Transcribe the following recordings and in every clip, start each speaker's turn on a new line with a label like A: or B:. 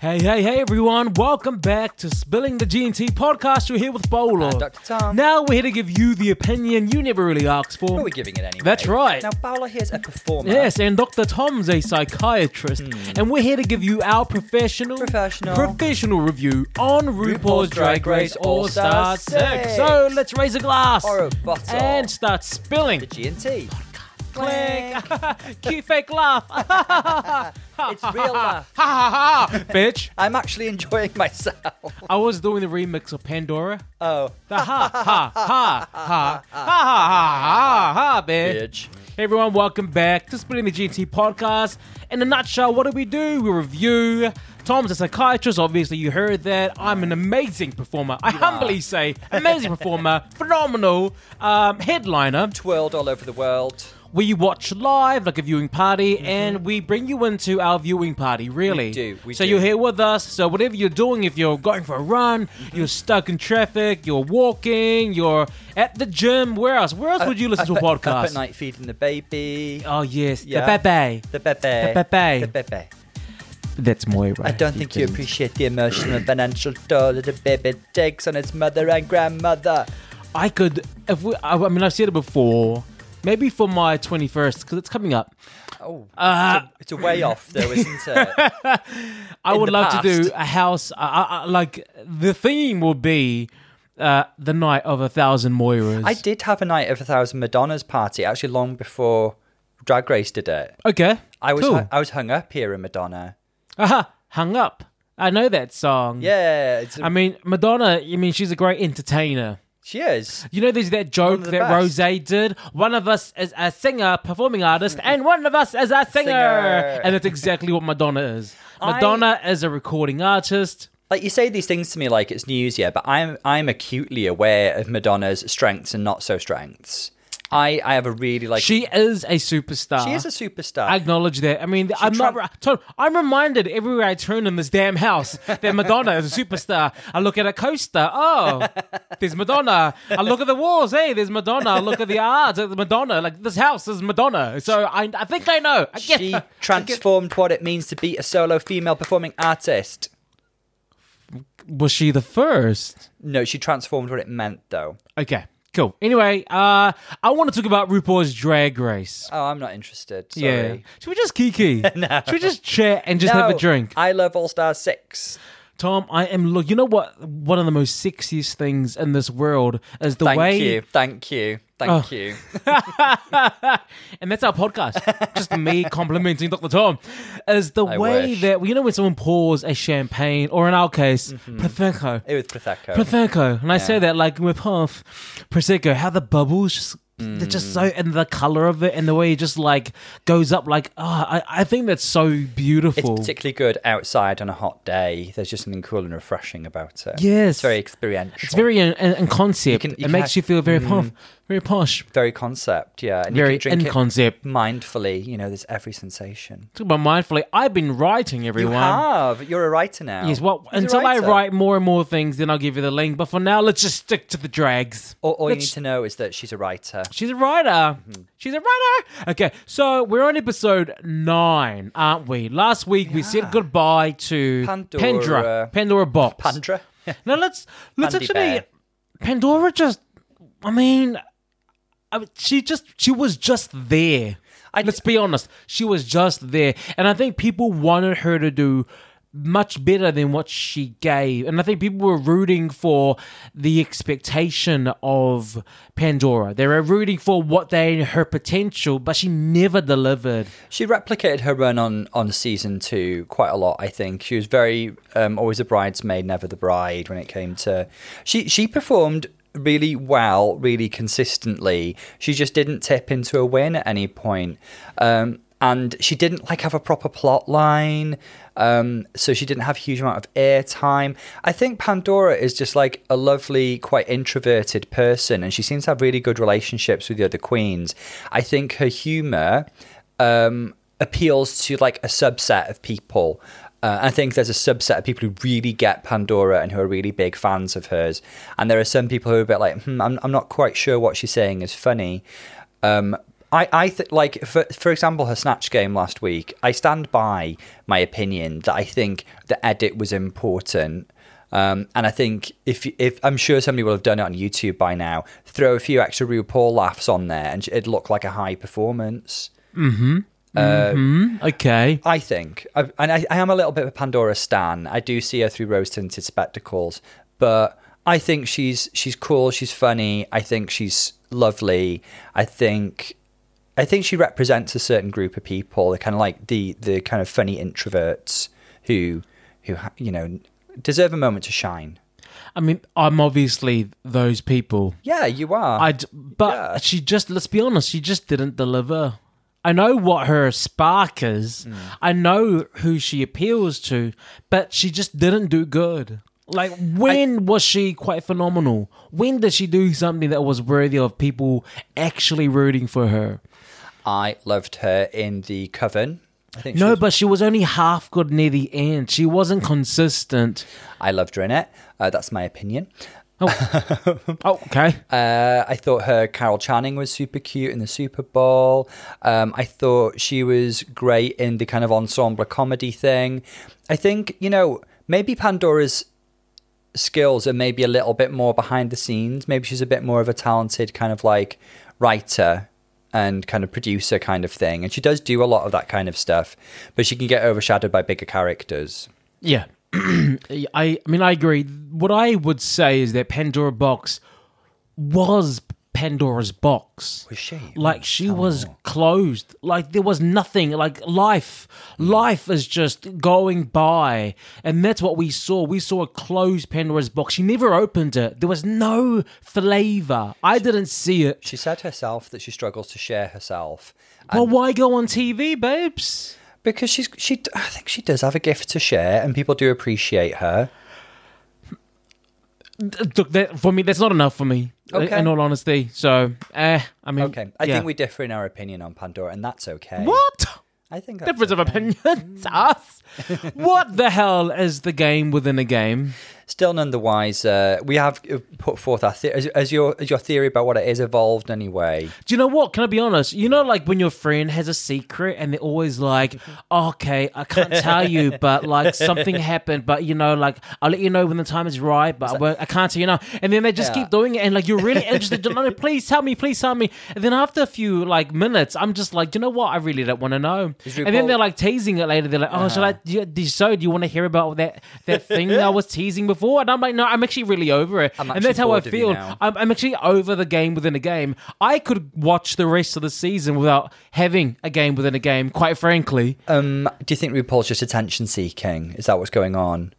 A: Hey, hey, hey, everyone. Welcome back to Spilling the GNT podcast. You're here with Bowler.
B: And Ah, Dr. Tom.
A: Now we're here to give you the opinion you never really asked for.
B: But we're giving it anyway.
A: That's right.
B: Now, Paula here's a performer.
A: Yes, and Dr. Tom's a psychiatrist, and we're here to give you our professional,
B: Hmm. Professional.
A: professional review on RuPaul's, Drag Race All Star
B: All-Stars
A: 6.
B: Six.
A: So let's raise a glass
B: Or a bottle.
A: and start spilling.
B: The G&T.
A: Clink. Cute fake laugh. Ha
B: it's real laugh.
A: ha ha, bitch.
B: I'm actually enjoying myself.
A: I was doing the remix of Pandora.
B: Oh,
A: The ha ha ha ha ha ha ha ha ha, bitch.
B: bitch.
A: Hey everyone, welcome back to Splitting the GT podcast. In a nutshell, what do we do? We review. Tom's a psychiatrist, obviously, you heard that. I'm an amazing performer. I humbly say, amazing performer, phenomenal um, headliner.
B: Twirled all over the world.
A: We watch live, like a viewing party, and we bring you into our viewing party, really.
B: do, Mm-hmm. we
A: so
B: do.
A: you're here with us, so whatever you're doing, if you're going for a run,
B: Mm-hmm.
A: you're stuck in traffic, you're walking, you're at the gym, where else? Where else would you listen to a
B: Uh, Up-
A: podcast?
B: Up at night feeding the baby.
A: Oh yes,
B: Yeah.
A: the Pepe.
B: The bebe.
A: The bebe.
B: The bebe.
A: That's Moira.
B: I don't think you appreciate the emotional and financial toll that a baby takes on its mother and grandmother.
A: I could. If we, I, I mean, I've said it before. Maybe for my twenty-first, because it's coming up.
B: Oh,
A: Uh,
B: it's a way off, though, isn't it?
A: I
B: in
A: would
B: the
A: love to do
B: past.
A: a house. I, I, I- like the theme will be uh, the night of a thousand Moiras.
B: I did have a night of a thousand Madonnas party actually long before Drag Race did it.
A: okay.
B: I was
A: cool.
B: hu- I was hung up here in Madonna.
A: Aha, hung up. I know that song.
B: Yeah, it's,
A: I mean, Madonna. I mean, she's a great entertainer.
B: she is.
A: You know, there's that joke
B: of the
A: that
B: best.
A: Rosé did. One of us is a singer, performing artist, and one of us is a singer.
B: Mm-hmm. Singer.
A: And that's exactly what Madonna is.
B: I-
A: Madonna is a recording artist.
B: Like you say these things to me like it's news, yeah, but I'm I'm acutely aware of Madonna's strengths and not so strengths. I I have a really like
A: She is a superstar.
B: she is a superstar.
A: I acknowledge that. I mean, I'm not.
B: tra-
A: Tom, I'm reminded everywhere I turn in this damn house that Madonna is a superstar. I look at a coaster. Oh, there's Madonna. I look at the walls. Hey, there's Madonna. I look at the art. There's Madonna. Like this house is Madonna. So I, I think I know. I get
B: she transformed what it means to be a solo female performing artist.
A: Was she the first?
B: No, she transformed what it meant though.
A: Okay, cool. Anyway, uh, I want to talk about RuPaul's Drag Race.
B: Oh, I'm not interested. Sorry.
A: Yeah, should we just kiki? Should we just chat and just have a
B: No,
A: drink?
B: I love All Star Six.
A: Tom, I am look. You know what? One of the most sexiest things in this world is the
B: Thank
A: way, Oh.
B: you. Thank you. Thank you.
A: and that's our podcast. just me complimenting Dr. Tom is the
B: I
A: way
B: wish.
A: that you know when someone pours a champagne, or in our case,
B: Mm-hmm.
A: prosecco.
B: It was Prosecco.
A: Prosecco, and I say that like with half prosecco, how the bubbles just they're just
B: Mm.
A: so and the color of it and the way it just like goes up like oh, I, I think that's so
B: it's
A: beautiful.
B: particularly good outside on a hot day. There's just something cool and refreshing about it.
A: Yes.
B: It's very experiential.
A: It's very in, in, in concept.
B: can- you
A: it
B: can
A: makes
B: have-
A: you feel very posh, very posh,
B: very concept, yeah. And
A: very
B: you can
A: in
B: drink it
A: concept.
B: mindfully, you know, there's every sensation.
A: Talk about mindfully. I've been writing everyone.
B: You have. You're a writer now.
A: Yes, well,
B: He's a
A: until I
B: writer.
A: write more and more things, then I'll give you the link. But for now, let's just stick to the drags.
B: All, all you need
A: Let's-
B: to know is that she's a writer.
A: She's a writer.
B: Mm-hmm.
A: She's a writer. Okay, so we're on episode nine, aren't we? Last week we said goodbye to
B: Pandora.
A: Pandora, Pandora Box.
B: Pandra.
A: Now let's let's
B: Pandy
A: actually
B: bear.
A: Pandora just. I mean, I mean, she just she was just there.
B: I-
A: let's be honest, she was just there, and I think people wanted her to do much better than what she gave, and I think people were rooting for the expectation of Pandora. They were rooting for what they her potential, but she never delivered.
B: She replicated her run on, on season two quite a lot, I think. She was very um, always a bridesmaid, never the bride when it came to she she performed really well, really consistently. She just didn't tip into a win at any point. Um and she didn't like have a proper plot line, um, so she didn't have a huge amount of airtime. I think Pandora is just like a lovely, quite introverted person, and she seems to have really good relationships with the other queens. I think her humor um, appeals to like a subset of people. Uh, I think there's a subset of people who really get Pandora and who are really big fans of hers. And there are some people who are a bit like, hmm, I'm, I'm not quite sure what she's saying is funny. Um, I, I th- like for for example her snatch game last week. I stand by my opinion that I think the edit was important, um, and I think if if I'm sure somebody will have done it on YouTube by now, throw a few extra RuPaul laughs on there, and it'd look like a high performance.
A: Hmm? Okay.
B: I think, I, and I, I am a little bit of a Pandora stan. I do see her through rose tinted spectacles, but I think she's she's cool. She's funny. I think she's lovely. I think. I think she represents a certain group of people, the kind of like the the kind of funny introverts who who you know deserve a moment to shine.
A: I mean, I'm obviously those people.
B: Yeah, you are.
A: I, d- but
B: Yeah.
A: she just let's be honest, she just didn't deliver. I know what her spark is.
B: Mm.
A: I know who she appeals to, but she just didn't do good. Like when was she quite phenomenal? When did she do something that was worthy of people actually rooting for her?
B: I loved her in the Coven. I think she
A: No,
B: was-
A: but she was only half good near the end. She wasn't consistent.
B: I loved her in it. Uh, that's my opinion.
A: Oh, okay.
B: Uh, I thought her Carol Channing was super cute in the Super Bowl. Um, I thought she was great in the kind of ensemble comedy thing. I think you know maybe Pandora's skills are maybe a little bit more behind the scenes. Maybe she's a bit more of a talented kind of like writer and kind of producer kind of thing, and she does do a lot of that kind of stuff. But she can get overshadowed by bigger characters.
A: Yeah. I I mean I agree. What I would say is that Pandora Box was Pandora's box.
B: Was she?
A: Like she was closed. Like there was nothing. Like life.
B: Mm.
A: Life is just going by. And that's what we saw. We saw a closed Pandora's box. She never opened it. There was no flavor. I didn't see it.
B: She said herself that she struggles to share herself.
A: Well, why go on TV, babes?
B: because she's she I think she does have a gift to share and people do appreciate her.
A: Look, that, for me, that's not enough for me.
B: Okay.
A: In all honesty. So, eh, I mean.
B: Okay. I
A: yeah.
B: think we differ in our opinion on Pandora and that's okay.
A: What?
B: I think that's
A: Difference of
B: okay.
A: opinions, us. what the hell is the game within a game?
B: Still none the wiser. We have uh, put forth our the- as, as your as your theory about what it is evolved anyway.
A: Do you know what? Can I be honest? You know, like when your friend has a secret and they're always like,
B: Mm-hmm.
A: okay, I can't tell you, but like something happened, but you know, like I'll let you know when the time is right, but I, won't- I can't tell you now. And then they just
B: Yeah.
A: keep doing it and like you're really interested. no, no, please tell me, please tell me. And then after a few like minutes, I'm just like, you know what? I really don't want to know.
B: Is Uh-huh.
A: And then
B: RuPaul-
A: they're like teasing it later. They're like, oh, shall I? Do you, do- so do you want to hear about that that thing that I was teasing before? And I'm like, no, I'm actually really over it.
B: I'm
A: and that's
B: actually
A: how I
B: bored of you
A: feel.
B: now.
A: I'm, I'm actually over the game within a game. I could watch the rest of the season without having a game within a game, quite frankly.
B: Um do you think RuPaul's just attention seeking? Is that what's going on?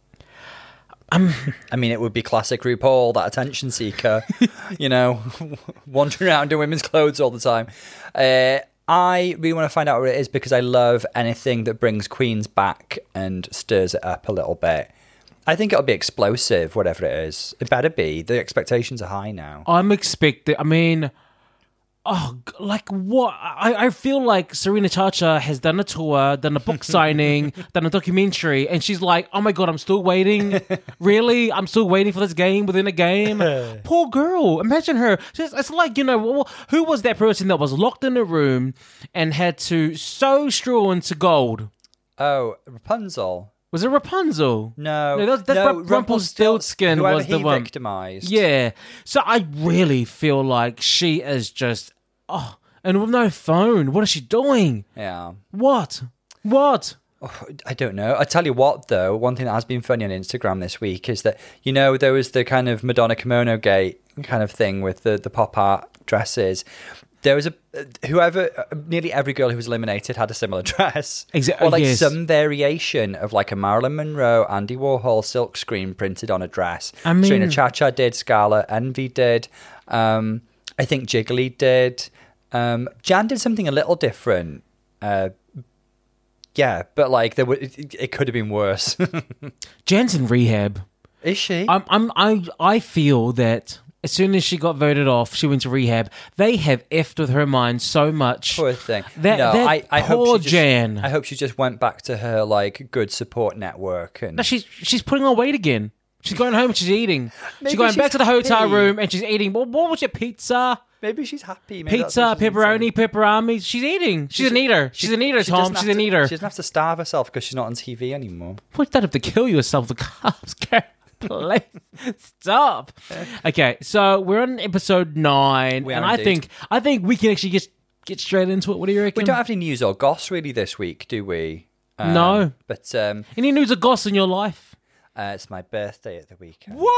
A: Um,
B: I mean, it would be classic RuPaul, that attention seeker, you know, wandering around in women's clothes all the time. Uh, I really want to find out what it is because I love anything that brings Queens back and stirs it up a little bit. I think it'll be explosive, whatever it is. It better be. The expectations are high now.
A: I'm expecting, I mean, oh, g- like what? I, I feel like Serena Chacha has done a tour, done a book signing, done a documentary, and she's like, oh my God, I'm still waiting. really? I'm still waiting for this game within a game? Poor girl. Imagine her. She's, it's like, you know, wh- wh- who was that person that was locked in a room and had to sew straw into gold?
B: Oh, Rapunzel.
A: Was it Rapunzel?
B: No.
A: No, that's- that's
B: no,
A: Rump- Rumpelstiltskin
B: whoever
A: was the
B: he
A: one.
B: victimized.
A: Yeah. So I really feel like she is just oh, and with no phone, what is she doing?
B: Yeah.
A: What? What?
B: I don't know. I tell you what, though, one thing that has been funny on Instagram this week is that you know there was the kind of Madonna kimono gate kind of thing with the the pop art dresses. There was a whoever, nearly every girl who was eliminated had a similar dress,
A: Exa-
B: or like
A: yes.
B: some variation of like a Marilyn Monroe, Andy Warhol silk screen printed on a dress.
A: I mean-
B: Serena Cha Cha did, Scarlet Envy did, um, I think Jiggly did. Um, Jan did something a little different. Uh, yeah, but like there were, it, it could have been worse.
A: Jansen rehab.
B: Is she?
A: I'm I'm I I feel that as soon as she got voted off, she went to rehab. They have effed with her mind so much.
B: poor thing.
A: That-
B: no,
A: that
B: I, I
A: poor
B: hope she just,
A: Jan.
B: I hope she just went back to her like good support network and
A: No, she's she's putting on weight again. She's going home and she's eating.
B: Maybe
A: she's going back
B: she's
A: to the hotel
B: happy.
A: room and she's eating. What, what was your pizza?
B: Maybe she's happy. Maybe that's
A: Pizza,
B: what she's
A: pepperoni,
B: eating.
A: pepperami. She's eating. She's an eater. She's an eater,
B: she
A: Tom.
B: doesn't
A: She's
B: have
A: an
B: to-
A: eater.
B: She doesn't have to starve herself because she's not on TV anymore.
A: What that have to kill yourself? The carbs, Karen. Please stop. Okay, so we're on episode nine,
B: We are
A: and I
B: indeed.
A: think I think we can actually just get straight into it. What do you reckon?
B: We don't have any news or goss really this week, do we? Um,
A: No.
B: But um,
A: Any news or goss in your life?
B: uh, it's my birthday at the weekend.
A: What?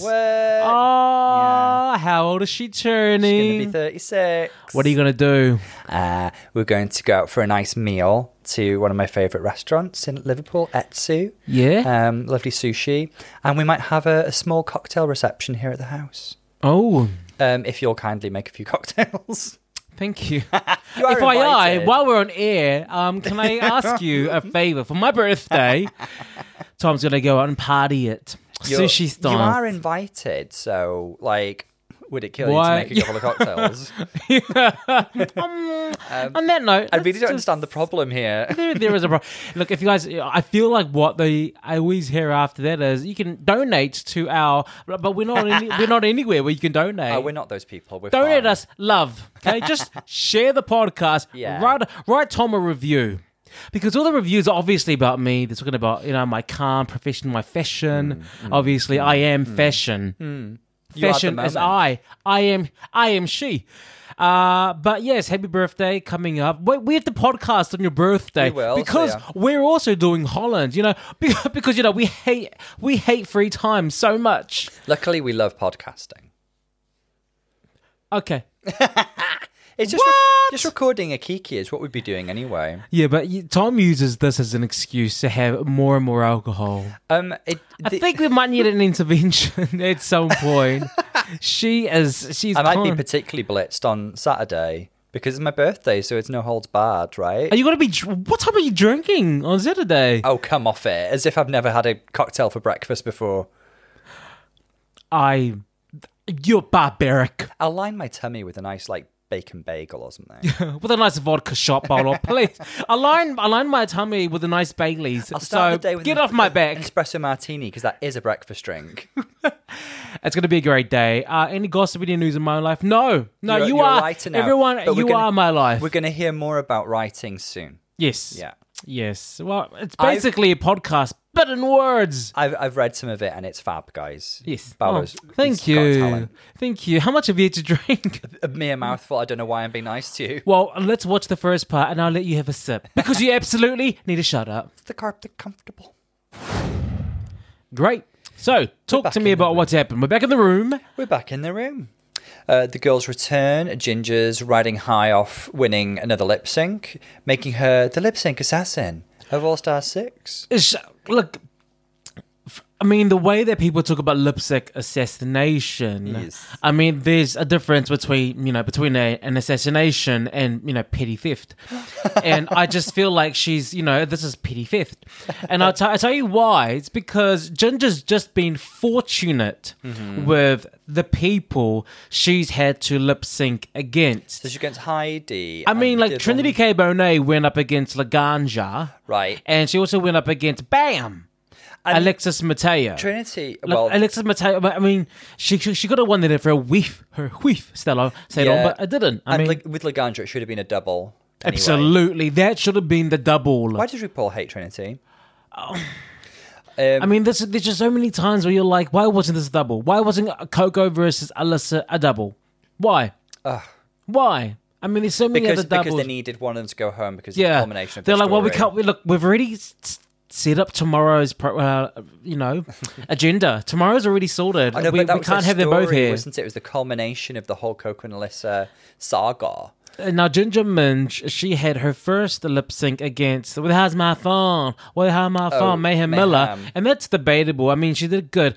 B: What?
A: Oh, how old is she
B: She's going to
A: turning?
B: be 36.
A: what are you gonna do?
B: Uh, we're going to go out for a nice meal to one of my favourite restaurants in Liverpool, Etsu.
A: Yeah.
B: Um, lovely sushi. And we might have a, a small cocktail reception here at the house.
A: oh,
B: Um, if you'll kindly make a few cocktails.
A: thank you.
B: You are
A: FYI,
B: invited.
A: while we're on air, um, can I ask you a favor for my birthday? Tom's gonna go out and party it.
B: You're-
A: Sushi style.
B: You are invited, so like, would it kill
A: Why-
B: you to make a couple of cocktails?
A: Um, on that note,
B: I really
A: let's
B: don't
A: just-
B: understand the problem here.
A: there, there is a problem. Look, if you guys, I feel like what they I always hear after that is you can donate to our, but we're not any, we're not anywhere where you can donate.
B: Oh, we're not those people. We're
A: donate
B: fine.
A: us love, okay? Just share the podcast.
B: Yeah.
A: Write write Tom a review. Because all the reviews are obviously about me. They're talking about, you know, my calm profession, my fashion.
B: Mm,
A: obviously, I am fashion.
B: You are at the
A: Fashion is
B: moment.
A: I. I am I am she. Uh, but yes, happy birthday coming up. We, we have the podcast on your birthday
B: We will, so
A: because
B: yeah.
A: we're also doing Holland. You know, because, because you know we hate we hate free time so much.
B: Luckily, we love podcasting.
A: Okay,
B: It's just
A: What?
B: just recording a kiki is what we'd be doing anyway.
A: Yeah, but y- Tom uses this as an excuse to have more and more alcohol.
B: Um, it,
A: I
B: the-
A: think we might need an intervention at some point. she is. She's.
B: I might be
A: con-
B: particularly blitzed on Saturday because it's my birthday, so it's no holds barred, right?
A: are you going to be? dr- What time are you drinking on Saturday?
B: Oh, come off it! As if I've never had a cocktail for breakfast before.
A: I. You're barbaric.
B: I'll line my tummy with a nice like bacon bagel or something.
A: With a nice vodka shot bottle, please. Align, align my tummy with a nice Bailey's.
B: I'll start
A: so
B: the day with
A: get
B: an-
A: off my
B: an
A: back.
B: espresso martini because that is a breakfast drink.
A: It's going to be a great day. Uh, any gossip, any news in my life? No, no.
B: You're-
A: you
B: you're a
A: are
B: writer now,
A: everyone.
B: but we're
A: You
B: gonna-
A: are my life.
B: We're going to hear more about writing soon.
A: Yes.
B: Yeah.
A: Yes. Well, it's
B: I've-
A: basically a podcast, but in words.
B: I've, I've read some of it and it's fab, guys.
A: Yes.
B: Bowers.
A: Oh, thank
B: he's got
A: you.
B: talent.
A: Thank you. How much have you had to drink?
B: A mere mouthful. I don't know why I'm being nice to you.
A: well, let's watch the first part and I'll let you have a sip because you absolutely need to shut up.
B: It's the carpet comfortable.
A: Great. So, talk
B: back
A: to me
B: in the
A: about what's happened. We're back in the room.
B: We're back in the room. Uh, the girls return. Ginger's riding high off winning another lip sync, making her the lip sync assassin of All Star 6.
A: It's, look, f- I mean, the way that people talk about lipstick assassination,
B: Yes.
A: I mean, there's a difference between, you know, between a, an assassination and, you know, petty theft. and I just feel like she's, you know, this is petty theft. And I'll, t- I'll tell you why. It's because Ginger's just been fortunate
B: Mm-hmm.
A: with the people she's had to lip sync against.
B: So um, she's against Heidi.
A: I
B: and
A: mean,
B: the
A: like
B: other
A: Trinity
B: one-
A: K. Bonet went up against Laganja,
B: Right.
A: and she also went up against Bam,
B: And-
A: Alexis Mateo.
B: Trinity.
A: Look,
B: Well,
A: Alexis Mateo. but I mean, she she, she could have won it for a whiff, her whiff, Stella Ceylon,
B: Yeah.
A: but it didn't. I
B: and
A: mean,
B: like, with Laganja, it should have been a double. anyway.
A: absolutely, that should have been the double.
B: Why does RuPaul hate Trinity?
A: I mean, there's there's just so many times where you're like, why wasn't this a double? Why wasn't Coco versus Alyssa a double? Why? Why? I mean, there's so many
B: because,
A: other doubles.
B: because they needed one of them to go home because of the
A: yeah,
B: culmination of
A: they're
B: the
A: like, well, we
B: story.
A: can't. We look, we've already s- s- set up tomorrow's, pro, uh, you know, agenda. Tomorrow's already sorted.
B: I know,
A: we
B: but that
A: we
B: was
A: can't
B: the
A: have them both
B: story,
A: here.
B: Wasn't it? It was the culmination of the whole Coco and Alyssa saga.
A: Uh, Now Ginger Minj, she had her first lip sync against "Well, How's My Phone?" "Well, How's My Phone?" Mayhem, Miller,
B: Oh, Mayhem.
A: and that's debatable. I mean, she did good.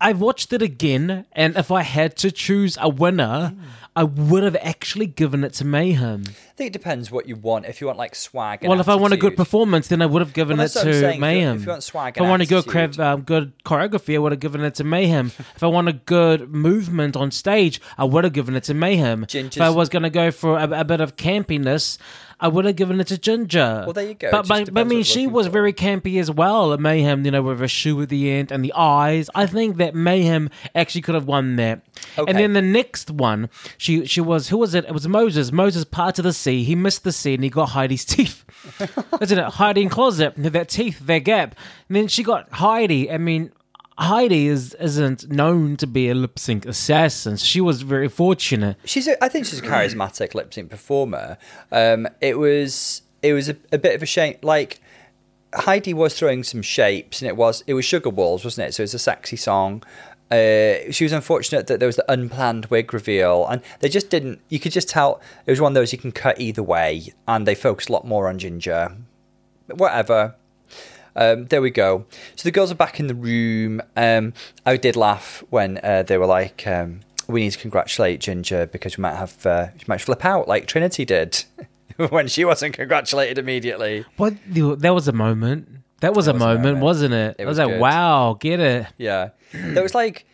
A: I've watched it again, and if I had to choose a winner,
B: Hmm.
A: I would have actually given it to Mayhem.
B: I think it depends what you want. If you want like swag. And
A: well, if I want a good
B: attitude-
A: performance, then I would have given
B: Well,
A: it
B: that's what I'm saying. If
A: to
B: you-
A: Mayhem.
B: if you want swag
A: If I
B: and
A: want a good,
B: attitude.
A: crav- um, good choreography, I would have given it to Mayhem. if I want a good movement on stage, I would have given it to Mayhem. If I
B: Ginger's-
A: was going to go for a, a bit of campiness, I would have given it to Ginger.
B: Well, there you go. It
A: But
B: just
A: but, but I
B: depends
A: mean,
B: what you're
A: she
B: looking
A: was
B: for.
A: very campy as well. At Mayhem, you know, with her shoe at the end and the eyes. I think that Mayhem actually could have won that.
B: Okay.
A: And then the next one, she she was who was it? It was Moses. Moses part of the sea. He missed the sea and he got Heidi's teeth. Isn't it? Heidi in closet. That teeth, that gap. And then she got Heidi. I mean. Heidi is isn't known to be a lip sync assassin. She was very fortunate.
B: she's a, I think she's a charismatic lip sync performer. Um, it was it was a, a bit of a shame. Like Heidi was throwing some shapes, and it was it was Sugar Walls, wasn't it? So it's a sexy song. Uh, she was unfortunate that there was the unplanned wig reveal, and they just didn't. You could just tell it was one of those you can cut either way, and they focused a lot more on Ginger. But Whatever. Um, there we go. So the girls are back in the room. Um, I did laugh when uh, they were like, um, "We need to congratulate Ginger because we might have uh, she might flip out like Trinity did when she wasn't congratulated immediately."
A: What the, that was a moment. That was, a,
B: a
A: moment,
B: moment.
A: wasn't it?
B: It
A: I was,
B: was
A: like,
B: good.
A: wow, get it.
B: Yeah, there was like,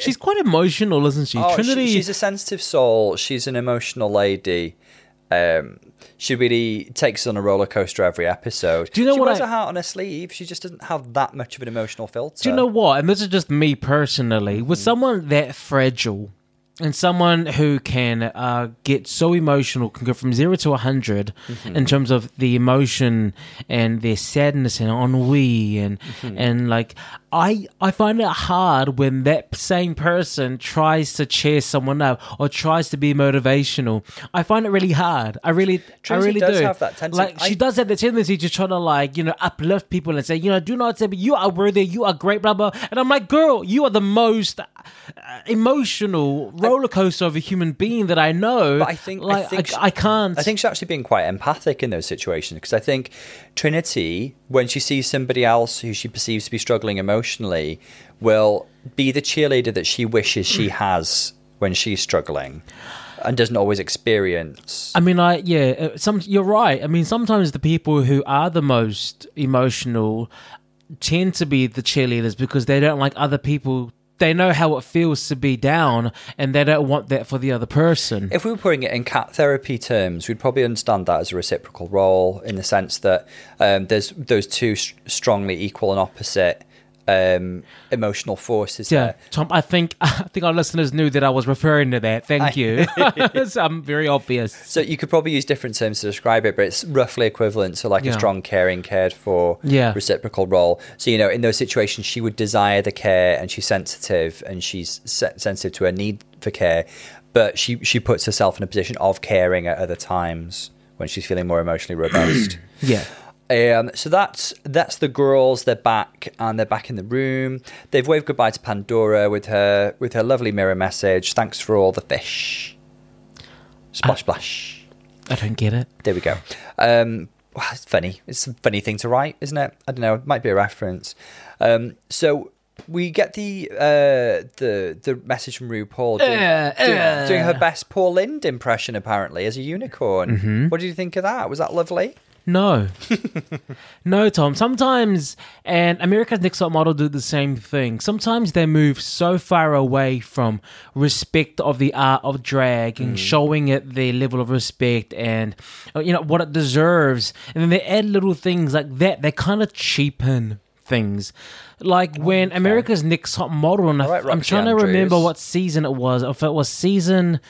A: She's quite emotional, isn't she?
B: oh, she-
A: Trinity.
B: she's a sensitive soul. She's an emotional lady. Um, she really takes us on a roller coaster every episode.
A: Do you know
B: she
A: what
B: wears
A: I-
B: her heart on her sleeve. She just doesn't have that much of an emotional filter.
A: do you know what? And this is just me personally.
B: Mm.
A: With someone that fragile and someone who can uh, get so emotional, can go from zero to 100
B: Mm-hmm.
A: in terms of the emotion and their sadness and ennui and
B: Mm-hmm.
A: and like I I find it hard when that same person tries to cheer someone up or tries to be motivational. I find it really hard. I really
B: Tracy
A: I really
B: does
A: do.
B: have that tendency.
A: Like she
B: I-
A: does have the tendency to try to like you know uplift people and say you know do not say but you are worthy, you are great, blah blah. And I'm like, girl, you are the most uh, emotional roller coaster of a human being that I know.
B: But I think- I
A: like
B: think she-
A: I can't.
B: I think she's actually being quite empathic in those situations because I think Trinity, when she sees somebody else who she perceives to be struggling emotionally, will be the cheerleader that she wishes she has when she's struggling and doesn't always experience.
A: I mean, I yeah. uh, Some you're right. I mean, sometimes the people who are the most emotional tend to be the cheerleaders because they don't like other people. They know how it feels to be down, and they don't want that for the other person.
B: If we were putting it in cat therapy terms, we'd probably understand that as a reciprocal role in the sense that um, there's those two s- strongly equal and opposite um, emotional forces.
A: Yeah,
B: there.
A: Tom. I think I think our listeners knew that I was referring to that. Thank you. so I'm very obvious.
B: So you could probably use different terms to describe it, but it's roughly equivalent. So like a
A: Yeah.
B: strong, caring, cared for,
A: Yeah.
B: reciprocal role. So you know, in those situations, she would desire the care, and she's sensitive, and she's se- sensitive to her need for care, but she she puts herself in a position of caring at other times when she's feeling more emotionally robust.
A: Yeah.
B: Um, so that's that's the girls. They're back and they're back in the room. They've waved goodbye to Pandora with her with her lovely mirror message. Thanks for all the fish.
A: Uh,
B: Splash, splash.
A: I don't get it.
B: There we go. Um, well, it's funny. It's a funny thing to write, isn't it? I don't know. It might be a reference. Um, so we get the uh, the the message from RuPaul doing,
A: Uh,
B: doing,
A: uh.
B: doing her best Paul Lind impression, apparently, as a unicorn.
A: Mm-hmm.
B: What did you think of that? Was that lovely?
A: No. no, Tom. Sometimes, and America's Next Top Model do the same thing. Sometimes they move so far away from respect of the art of drag
B: Mm.
A: and showing it the level of respect and, uh, you know, what it deserves. And then they add little things like that. They kind of cheapen things. Like when America's Next Top Model, and I,
B: Oh, All right,
A: I'm
B: Roxy
A: trying to remember
B: Andrews.
A: what season it was. If it was season...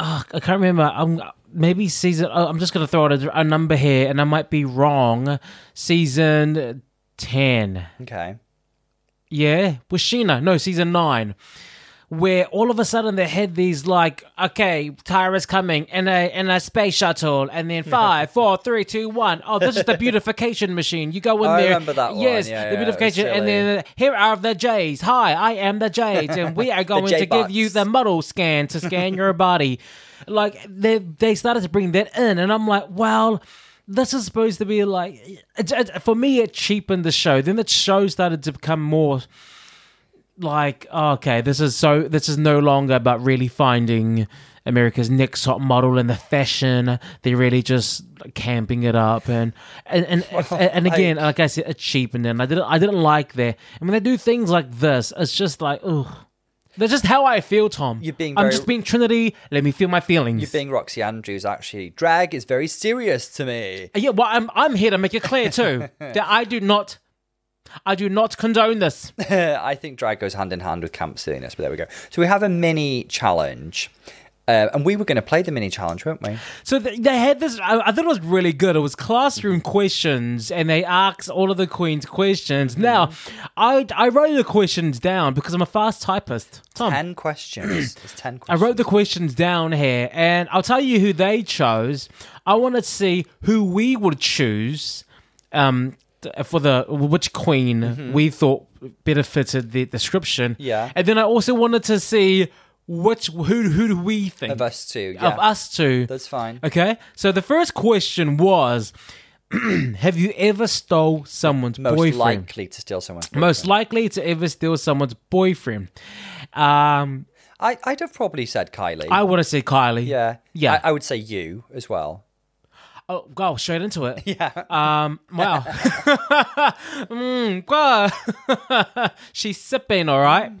A: I can't remember. I'm maybe season. oh, I'm just gonna throw out a, a number here, and I might be wrong. Season ten.
B: Okay.
A: Yeah, was Sheena? No, season nine. Where all of a sudden they had these like, okay, Tyra's coming in a in a space shuttle, and then five, four, three, two, one. Oh, this is the beautification machine. You go in
B: I
A: there.
B: remember that one.
A: Yes,
B: Yeah,
A: the
B: yeah, it was
A: beautification, and
B: silly.
A: then here are the J's. Hi, I am the Jades, and we are going to give
B: J-bots.
A: you the model scan to scan your body. Like they they started to bring that in, and I'm like, well, this is supposed to be like, it, it- for me, it cheapened the show. Then the show started to become more like, okay, this is so this is no longer about really finding. America's next top model and the fashion. They're really just camping it up and and and, and
B: I-
A: again, like I said, it cheapened it. And I didn't I didn't like that. And when they do things like this, it's just like, ugh. That's just how I feel, Tom.
B: You're being
A: I'm
B: very-
A: just being Trinity. Let me feel my feelings.
B: You're being Roxy Andrews, actually. Drag is very serious to me.
A: yeah, well, I'm I'm here to make it clear too that I do not, I do not condone this.
B: Uh, I think drag goes hand in hand with camp silliness, but there we go. So we have a mini challenge. Uh, and we were going to play the mini challenge, weren't we?
A: So th- they had this. I, I thought it was really good. It was classroom questions, and they asked all of the queens questions.
B: Hmm.
A: Now, I I wrote the questions down because I'm a fast typist. Tom,
B: 10 questions. It's 10
A: I
B: questions.
A: wrote the questions down here, and I'll tell you who they chose. I want to see who we would choose um, th- for the which queen we thought better fitted the description.
B: Mm-hmm. Yeah.
A: and then I also wanted to see which who who do we think
B: Of us two, yeah.
A: of us two.
B: That's fine.
A: Okay, so the first question was: Have you ever stole someone's
B: Most
A: boyfriend?
B: likely to steal someone's boyfriend.
A: Most likely to ever steal someone's boyfriend. Um,
B: I, I'd have probably said Kylie.
A: I want to say Kylie.
B: yeah.
A: Yeah.
B: I, I would say you as well.
A: Oh, go straight into it. Yeah. Um. Wow. mm, wow. She's sipping. All right.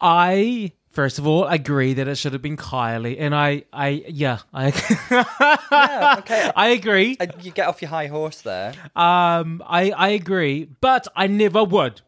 A: I first of all agree that it should have been Kylie, and I, I, yeah, I,
B: Yeah, okay.
A: I agree.
B: Uh, you get off your high horse there.
A: Um, I, I agree, but I never would.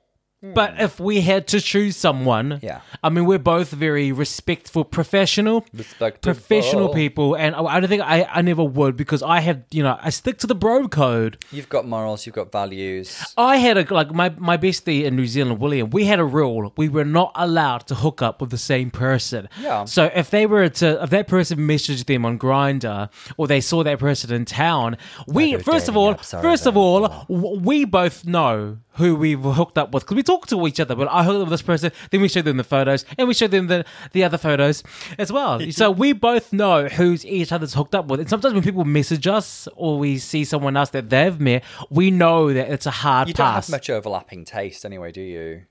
A: But if we had to choose someone,
B: Hmm. Yeah.
A: I mean, we're both very respectful, professional,
B: Respectable.
A: professional people, and I, I don't think I, I never would because I have, you know, I stick to the bro code.
B: You've got morals, you've got values.
A: I had a like my my bestie in New Zealand, William. We had a rule: we were not allowed to hook up with the same person.
B: Yeah.
A: So if they were to if that person messaged them on Grinder or they saw that person in town, we
B: Other
A: first of
B: dating
A: all,
B: apps are
A: first of all, w- we both know who we were hooked up with because we talk to each other. But I hooked up with this person, then we showed them the photos, and we showed them the the other photos as well. so we both know who's each other's hooked up with. And sometimes when people message us or we see someone else that they've met, we know that it's a hard
B: You don't
A: pass.
B: have much overlapping taste anyway, do you?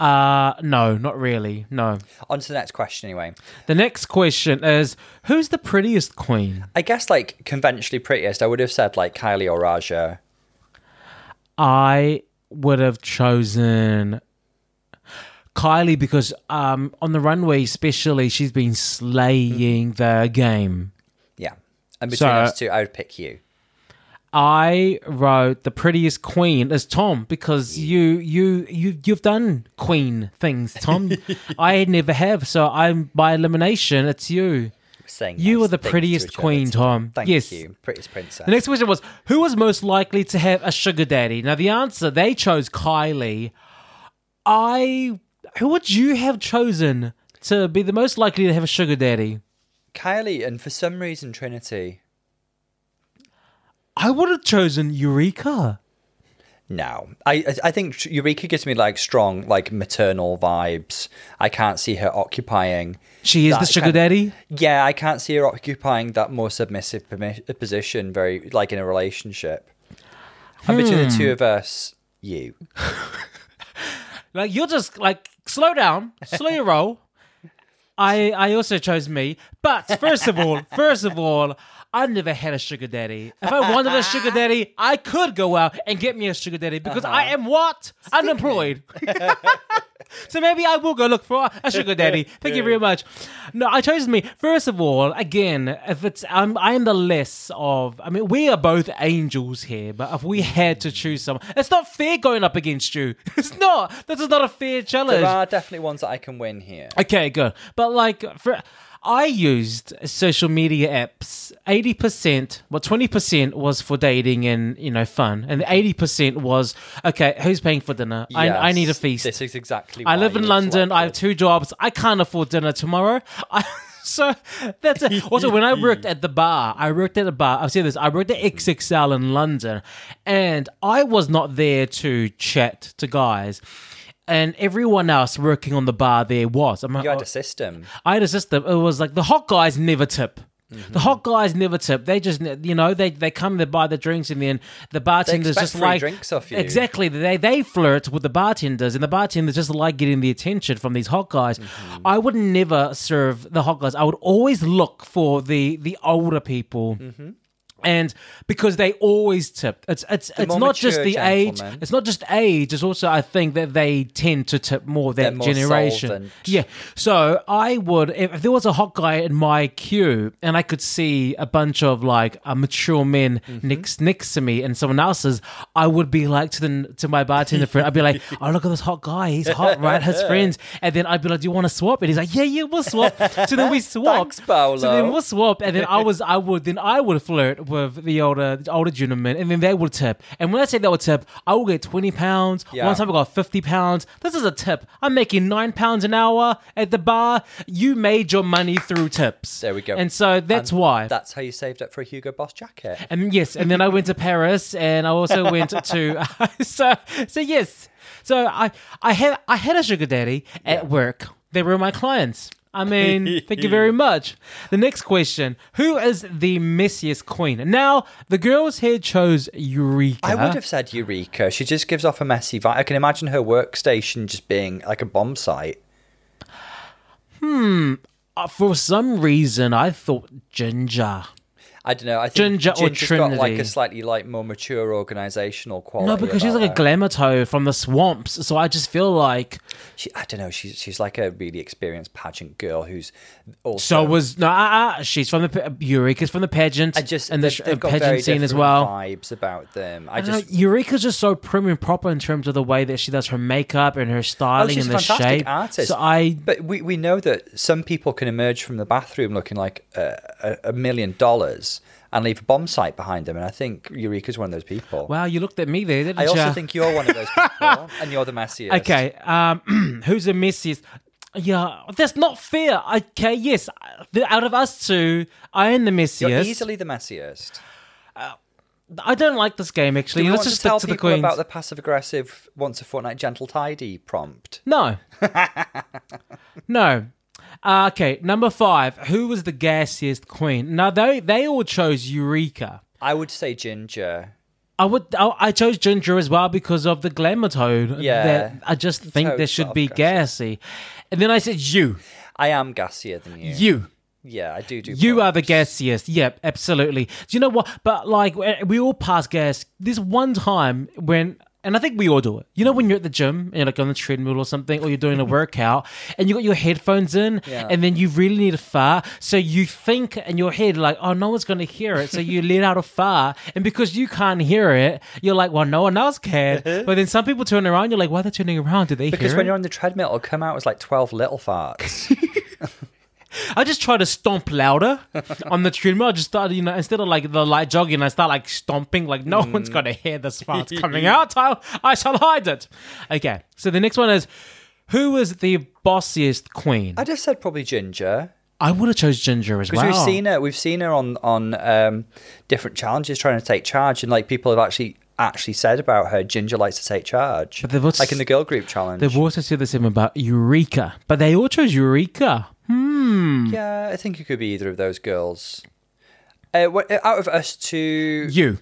A: uh no, not really. No.
B: On to the next question anyway.
A: The next question is who's the prettiest queen?
B: I guess like conventionally prettiest, I would have said like Kylie or Raja.
A: I would have chosen Kylie because um, on the runway, especially, she's been slaying the game.
B: Yeah. And between
A: So-
B: us two, I would pick you.
A: I wrote the prettiest queen as Tom because you you you you've done queen things, Tom. I never have, so I'm by elimination. It's you.
B: Saying
A: You
B: nice
A: are the
B: things to
A: prettiest
B: each other
A: queen,
B: today.
A: Tom.
B: Thank
A: Yes.
B: you. Prettiest princess.
A: The next question was who was most likely to have a sugar daddy? Now the answer they chose Kylie. I who would you have chosen to be the most likely to have a sugar daddy?
B: Kylie and for some reason Trinity.
A: I would have chosen Eureka.
B: No, I I- I think Eureka gives me like strong like maternal vibes. I can't see her occupying.
A: She is
B: That
A: the sugar
B: kind of-
A: daddy.
B: Yeah, I can't see her occupying that more submissive pomi- position. Very like in a relationship. And between the
A: Hmm.
B: two of us, you.
A: Like you're just like slow down, slow your roll. I I also chose me, but first of all, first of all, I never had a sugar daddy. If I wanted a sugar daddy, I could go out and get me a sugar daddy because I am what unemployed. so maybe I will go look for a sugar daddy. Thank you very much. No, I chose me. First of all, again, if it's I'm I am the less of I mean we are both angels here, but if we had to choose someone, it's not fair going up against you. It's not. This is not a fair challenge.
B: There are definitely ones that I can win here.
A: Okay, good. But like, for, I used social media apps. Eighty percent, well, twenty percent was for dating and you know fun, and eighty percent was okay. Who's paying for dinner? I, I need a
B: Yes,
A: feast.
B: This is exactly.
A: I
B: why
A: live in
B: you
A: London. I have
B: selected.
A: two jobs. I can't afford dinner tomorrow. I, so that's it. Also, when I worked at the bar, I worked at a bar. I've said this. I worked at XXL in London, and I was not there to chat to guys. And everyone else working on the bar there was. I'm like,
B: You had
A: "Oh,
B: a system.
A: I had a system. It was like the hot guys never tip. The
B: Mm-hmm.
A: hot guys never tip. They just, you know, they they come, they buy the drinks, and then the bartenders
B: expect
A: just
B: free
A: like
B: drinks off you.
A: exactly. They they flirt with the bartenders, and the bartenders just like getting the attention from these hot guys.
B: Mm-hmm.
A: I would
B: Mm-hmm.
A: never serve the hot guys. I would always look for the the older people. and because they always tip it's it's it's
B: more
A: not just
B: mature
A: the age
B: gentlemen.
A: it's not just age it's also i think that they tend to tip more that
B: They're more
A: generation
B: solvent.
A: yeah so i would if, if there was a hot guy in my queue and i could see a bunch of like uh, mature men
B: Mm-hmm.
A: next next to me and someone else's i would be like to the to my bartender friend i'd be like oh look at this hot guy he's hot right his friends and then i'd be like do you want to swap and he's like yeah yeah we'll swap so then we swapped
B: Thanks, Paolo.
A: so then we'll swap, and then I was, I would, then I would flirt with the older, the older gentleman, and then they would tip. And when I say they would tip, I would get twenty pounds.
B: Yeah.
A: One time I got fifty pounds. This is a tip. I'm making nine pounds an hour at the bar. You made your money through tips.
B: There we go.
A: And so that's why.
B: That's how you saved up for a Hugo Boss jacket.
A: and yes, and then I went to Paris, and I also went to so so yes. So I I had I had a sugar daddy at work. They were my clients. I mean, thank you very much. The next question: Who is the messiest queen? Now, the girls here chose Eureka.
B: I would have said Eureka. She just gives off a messy vibe. I can imagine her workstation just being like a bomb site.
A: Uh, for some reason I thought Ginger.
B: I don't know. I think
A: Ginger or
B: Ginger's got like a
A: Trinity.
B: slightly like more mature organizational quality.
A: No, because she's
B: about
A: like a
B: her.
A: glamour toe from the swamps, so I just feel like
B: She, I don't know. She's she's like a really experienced pageant girl who's also.
A: so was no. Uh, uh, she's from the pa- Eureka's from the pageant.
B: I just
A: and the sh-
B: they've, they've got very
A: pageant scene as
B: different
A: well.
B: Vibes about them. I
A: I don't
B: just
A: know, Eureka's just so prim and proper in terms of the way that she does her makeup and her
B: Oh,
A: styling
B: she's
A: and
B: a
A: the
B: fantastic
A: shape.
B: artist.
A: So I
B: But we, we know that some people can emerge from the bathroom looking like a, a, a million dollars and leave a bomb site behind them. And I think Eureka's one of those people.
A: wow, you looked at me there, didn't
B: I
A: you?
B: also think you're one of those people, and you're the messiest.
A: okay, um, who's the messiest? Yeah, that's not fair. Okay, yes, the- out of us two, I am the
B: You're
A: messiest.
B: easily the messiest.
A: I don't like this game actually.
B: Do we
A: Let's
B: want
A: just
B: to tell
A: stick to the
B: people
A: queens.
B: about the passive aggressive once a fortnight gentle tidy prompt?
A: No. no. Uh, okay, number five. Who was the gassiest queen? Now they they all chose Eureka.
B: I would say ginger.
A: I would. I, I chose ginger as well because of the glamour toad.
B: Yeah.
A: that I just think
B: toad's
A: there should
B: sort
A: be
B: of gassy.
A: gassy, and then I said you,
B: I am gassier than you.
A: you.
B: yeah, I do do.
A: You are the
B: prompts.
A: gassiest. Yep, absolutely. Do you know what? But like, we- we all pass gas. This one time when, and I think we all do it. You know, when you're at the gym and you're like on the treadmill or something, or you're doing a workout and you got your headphones in,
B: Yeah.
A: and then you really need a fart. So you think in your head, like, oh, no one's going to hear it. So you let out a fart. And because you can't hear it, you're like, well, no one else can. but then some people turn around, you're like, why are they turning around? Did they
B: Uh-huh. Because
A: hear
B: when
A: it?
B: you're on the treadmill, it'll come out as like twelve little farts.
A: I just try to stomp louder on the treadmill. I just started, you know, instead of like the light jogging, I start like stomping. Like no one's gonna hear this fart coming out. I, I shall hide it. Okay. So the next one is, who was the bossiest queen?
B: I just said probably ginger.
A: I would have chose Ginger as well.
B: Because we've seen her, we've seen her on on um, different challenges trying to take charge, and like people have actually actually said about her, Ginger likes to take charge,
A: But they've also-
B: like in the girl group challenge.
A: They've also said the same about Eureka, but they all chose Eureka.
B: Yeah, I think it could be either of those girls. Uh, what, out of us two,
A: You.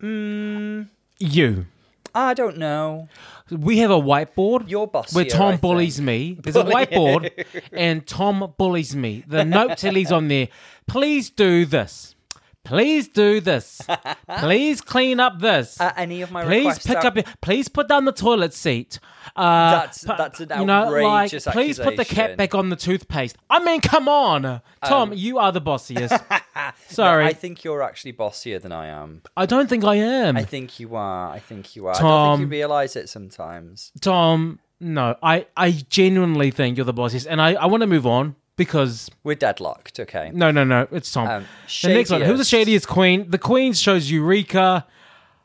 B: Mm.
A: You.
B: I don't know.
A: We have a whiteboard.
B: You're bossier.
A: where Tom
B: I
A: bullies
B: think.
A: me. There's a whiteboard, and Tom bullies me. The note he leaves on there: please do this, please do this, please clean up this,
B: Uh, any of my
A: please
B: requests
A: pick
B: are-
A: up, your- please put down the toilet seat. Uh,
B: That's-
A: pu-
B: that's an outrageous
A: please put the
B: accusation. Um.
A: cap back on the toothpaste. I mean, come on, Tom, you are the bossiest. Sorry,
B: I
A: I,
B: think you're actually bossier than I am.
A: don't think I am,
B: I think you are. I think you are. I don't
A: Mm. Tom.
B: think you realise it sometimes.
A: Tom. No, I, I genuinely think you're the bossiest, and I, I want to move on because
B: We're deadlocked. Okay.
A: No, no, no. It's Tom.
B: Um,
A: the next one. Who's the
B: shadiest?
A: shadiest queen? The queen shows Eureka.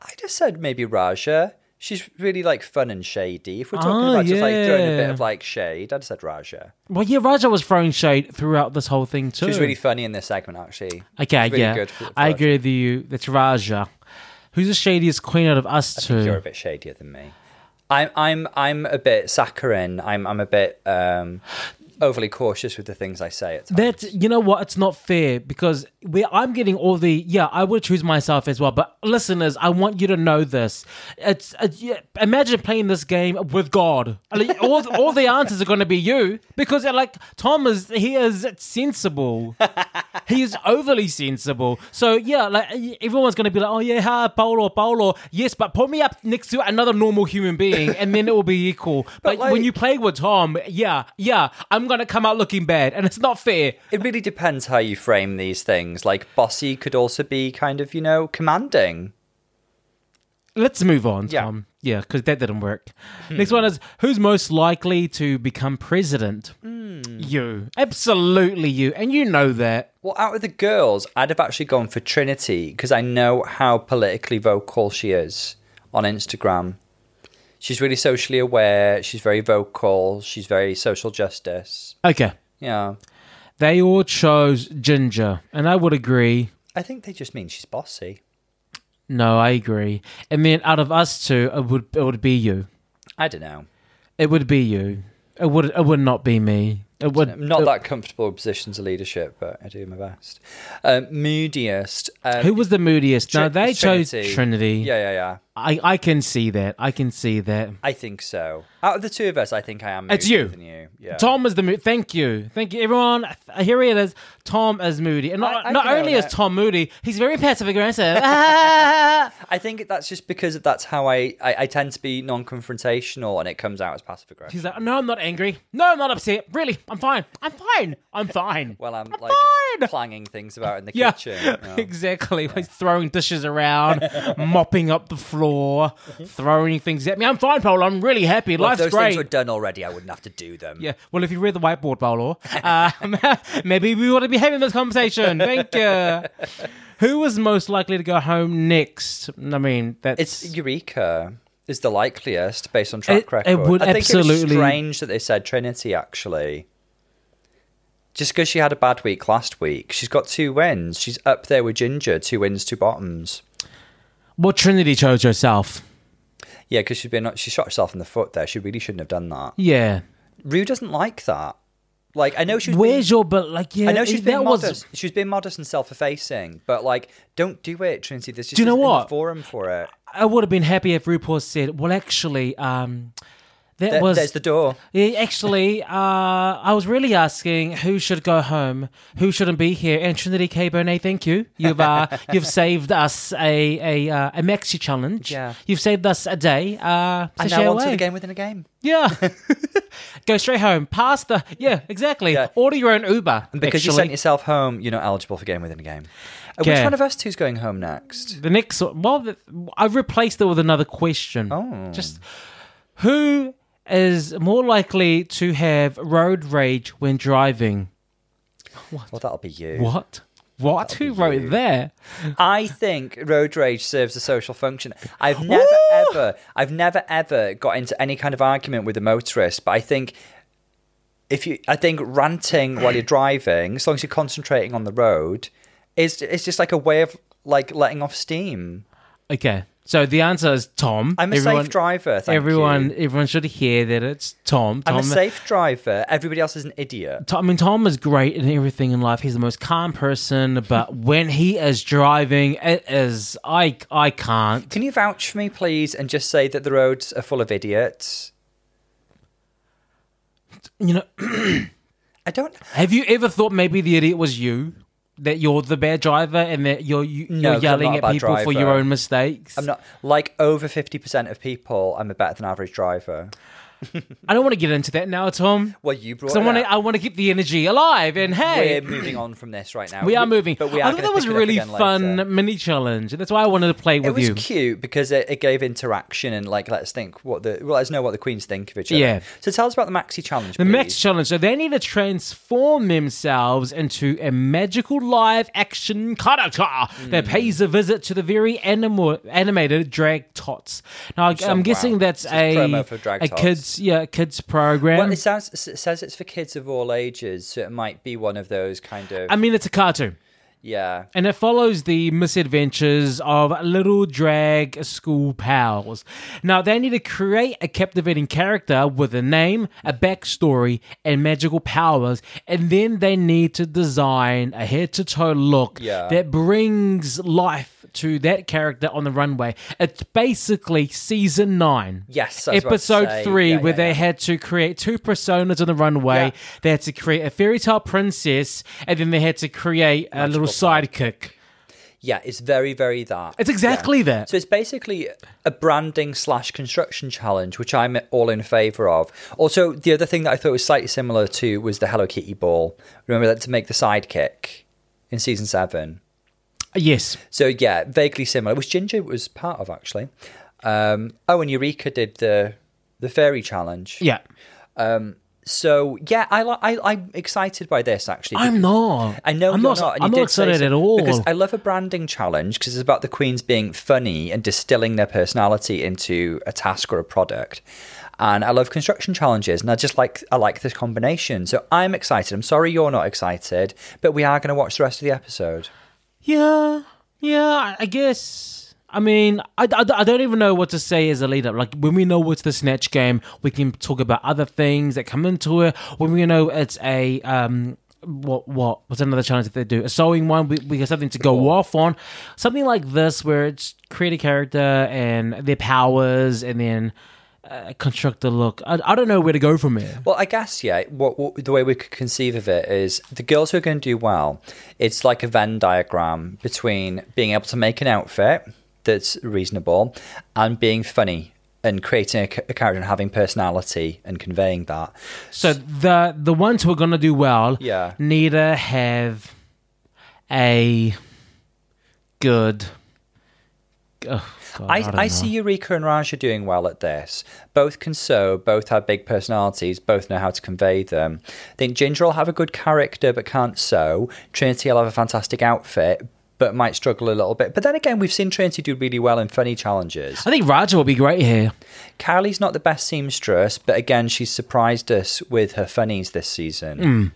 B: I just said maybe Raja. She's really like fun and shady. If we're talking
A: Ah,
B: about just like throwing a bit
A: yeah.
B: of like shade, I'd said Raja.
A: Well, yeah, Raja was throwing shade throughout this whole thing too.
B: She was really funny in this segment, actually.
A: Oh. okay,
B: She's really
A: yeah.
B: good for- for
A: I
B: Raja.
A: agree with you. That's Raja. Who's the shadiest queen out of us two?
B: You're a bit shadier than me. I'm I'm I'm a bit saccharine. I'm I'm a bit um overly cautious with the things I say at times.
A: That's you know what? It's not fair because we I'm getting all the yeah. I would choose myself as well, but listeners, I want you to know this. It's, it's yeah, imagine playing this game with God. Like, all all the answers are going to be you because uh, like Tom is he is sensible. he is overly sensible. So yeah, like everyone's going to be like, oh yeah, ha, Paolo, Paolo, yes, but put me up next to another normal human being, and then it will be equal. But,
B: like-
A: when you play with Tom, yeah, yeah, I'm going to come out looking bad, and it's not fair.
B: It really depends how you frame these things. Like bossy could also be kind of, you know, commanding.
A: Let's move on,
B: Yeah. Hmm.
A: Tom. Yeah, because that didn't work. Next one is who's most likely to become president?
B: Hmm.
A: You. Absolutely you. And you know that.
B: Well, out of the girls, I'd have actually gone for Trinity because I know how politically vocal she is on Instagram. She's really socially aware. She's very vocal. She's very social justice.
A: Okay.
B: Yeah.
A: They all chose Ginger, and I would agree.
B: I think they just mean she's bossy.
A: No, I agree. And then out of us two, it would it would be you.
B: I don't know.
A: It would be you. It would it would not be me. It would
B: I'm not
A: it-
B: that comfortable with positions of leadership, but I do my best. Um, moodiest. Um,
A: Who was the moodiest? no, they chose Trinity.
B: Yeah, yeah, yeah.
A: I, I can see that. I can see that.
B: I think so. Out of the two of us, I think I am.
A: It's
B: moodier
A: you.
B: Than you. Yeah.
A: Tom is the moody. Thank you, thank you, everyone. Here he is. Tom is moody, and not,
B: I- I
A: not
B: can
A: only
B: own
A: is
B: it.
A: Tom moody, he's very passive aggressive. Ah.
B: I think that's just because that's how I, I, I tend to be non-confrontational, and it comes out as passive aggressive.
A: he's like, no, I'm not angry. No, I'm not upset. Really, I'm fine. I'm fine. I'm fine.
B: Well, I'm like
A: fine.
B: clanging things about in the
A: yeah,
B: kitchen. you know.
A: exactly. He's throwing dishes around, mopping up the floor, throwing things at me. I'm fine, Paul. I'm really happy.
B: Well,
A: Life's
B: if Mm-hmm. those
A: great.
B: things were done already, I wouldn't have to do them.
A: Yeah. Well, if you read the whiteboard, Paolo, uh, maybe we ought to be having this conversation. Thank you. Who was most likely to go home next? I mean, that's
B: It's Eureka is the likeliest based on track
A: It- it
B: record.
A: would
B: I think it was
A: absolutely-
B: strange that they said Trinity actually. Just because she had a bad week last week, she's got two wins. She's up there with Ginger, two wins, two bottoms.
A: well, Trinity chose herself.
B: Yeah, because she's been she shot herself in the foot there. She really shouldn't have done that.
A: Yeah.
B: Rue doesn't like that. Like I know she's
A: Where's your but? Like, yeah,
B: I know she's
A: that
B: been
A: was.
B: modest. She's been modest and self-effacing, but like, don't do it, Trinity. There's just
A: Do you know
B: isn't enough
A: what?
B: forum for it.
A: I would have been happy if RuPaul said, "Well, actually, um, that
B: There-
A: was
B: there's the door.
A: Yeah, actually, uh, I was really asking who should go home, who shouldn't be here. And Trinity K. Bonet, thank you. You've uh, you've saved us a a, uh, a maxi challenge.
B: Yeah.
A: You've saved us a day. Uh,
B: And
A: so
B: now
A: share
B: on to
A: away.
B: the game within a game.
A: Yeah. go straight home. Pass the. Yeah, exactly.
B: Yeah.
A: Order your own Uber.
B: Because you
A: actually.
B: sent yourself home, you're not eligible for game within a game. Uh, Which
A: Yeah.
B: one of us two's going home next?
A: The next one, well, the- I replaced it with another question.
B: Oh.
A: Just who is more likely to have road rage when driving?
B: Well, that'll be you.
A: What? What? Who wrote that?
B: I think road rage serves a social function. I've never ever, I've never ever got into any kind of argument with a motorist, but I think if you, I think ranting while you're driving, as long as you're concentrating on the road, is it's just like a way of like letting off steam.
A: Okay. So the answer is Tom.
B: I'm a safe driver. Thank
A: everyone,
B: you.
A: everyone should hear that it's Tom. Tom
B: I'm a safe driver. Everybody else is an idiot.
A: Tom- I mean, Tom is great in everything in life. He's the most calm person, but when he is driving, it is I I can't.
B: Can you vouch for me, please, and just say that the roads are full of idiots?
A: You know,
B: I don't.
A: have you ever thought maybe the idiot was you? That you're the bad driver and that you're you,
B: No, 'cause
A: you're
B: I'm
A: yelling
B: not a
A: at
B: bad
A: people for your
B: driver.
A: own mistakes.
B: I'm not like over fifty percent of people. I'm a better than average driver.
A: I don't want to get into that now, Tom.
B: Well, you brought.
A: 'Cause I
B: it
A: want to
B: up.
A: I want to keep the energy alive. And hey,
B: We're moving on from this right now.
A: We are moving.
B: but we are
A: I thought
B: gonna
A: that was
B: pick
A: a
B: it up
A: really
B: again
A: fun
B: later.
A: mini challenge. That's why I wanted to play
B: It
A: with
B: was
A: you.
B: cute because it, it gave interaction and like let us think what the well, let us know what the queens think of each other.
A: Yeah.
B: So tell us about the maxi challenge.
A: The next challenge. So they need to transform themselves into a magical live action character
B: Hmm.
A: that pays a visit to the very animal animated drag tots. Now I,
B: oh, wow.
A: am guessing that's
B: This is
A: a
B: promo for Drag
A: a
B: Tots.
A: kids yeah kids program.
B: Well, it sounds it says it's for kids of all ages, so it might be one of those kind of.
A: I mean, it's a cartoon.
B: Yeah.
A: And it follows the misadventures of little drag school pals. Now, they need to create a captivating character with a name, a backstory, and magical powers, and then they need to design a head to toe look
B: Yeah.
A: that brings life to that character on the runway. It's basically season nine.
B: Yes, I was about to
A: Episode
B: say.
A: three,
B: Yeah,
A: where
B: yeah,
A: they
B: yeah.
A: had to create two personas on the runway.
B: Yeah.
A: They had to create a fairy tale princess, and then they had to create a little sidekick.
B: Yeah, it's very, very that.
A: It's exactly that.
B: So it's basically a branding slash construction challenge, which I'm all in favour of. Also, the other thing that I thought was slightly similar to was the Hello Kitty ball. Remember that to make the sidekick in season seven.
A: yes,
B: So yeah, vaguely similar, which Ginger was part of actually. Um, oh, and Eureka did the the fairy challenge.
A: yeah.
B: So yeah, I, li- I I'm excited by this actually.
A: I'm not.
B: I know
A: I'm
B: you're
A: not.
B: not. and you
A: I'm not
B: did say
A: excited
B: so,
A: at all.
B: Because I love a branding challenge because it's about the queens being funny and distilling their personality into a task or a product. And I love construction challenges, and I just like I like this combination. So I'm excited. I'm sorry you're not excited, but we are going to watch the rest of the episode.
A: yeah, yeah. I- I guess. I mean, I, I, I don't even know what to say as a lead up. Like, when we know it's the Snatch game, we can talk about other things that come into it. When we know it's a. um. What what what's another challenge that they do? A sewing one. We, we have something to go off on, something like this where it's create a character and their powers, and then uh, construct a look. I, I don't know where to go from here.
B: Well, I guess yeah. What, what the way we could conceive of it is the girls who are going to do well. It's like a Venn diagram between being able to make an outfit that's reasonable and being funny and creating a, c- a character and having personality and conveying that.
A: So the the ones who are gonna do well,
B: Yeah.
A: need to have a good. Ugh, God,
B: I,
A: don't
B: I
A: know.
B: see Eureka and Raj are doing well at this. Both can sew, both have big personalities, both know how to convey them. I think Ginger will have a good character but can't sew. Trinity will have a fantastic outfit but might struggle a little bit. But then again, we've seen Trinity do really well in funny challenges.
A: I think Raja will be great here.
B: Carly's not the best seamstress, but again, she's surprised us with her funnies this season.
A: Hmm.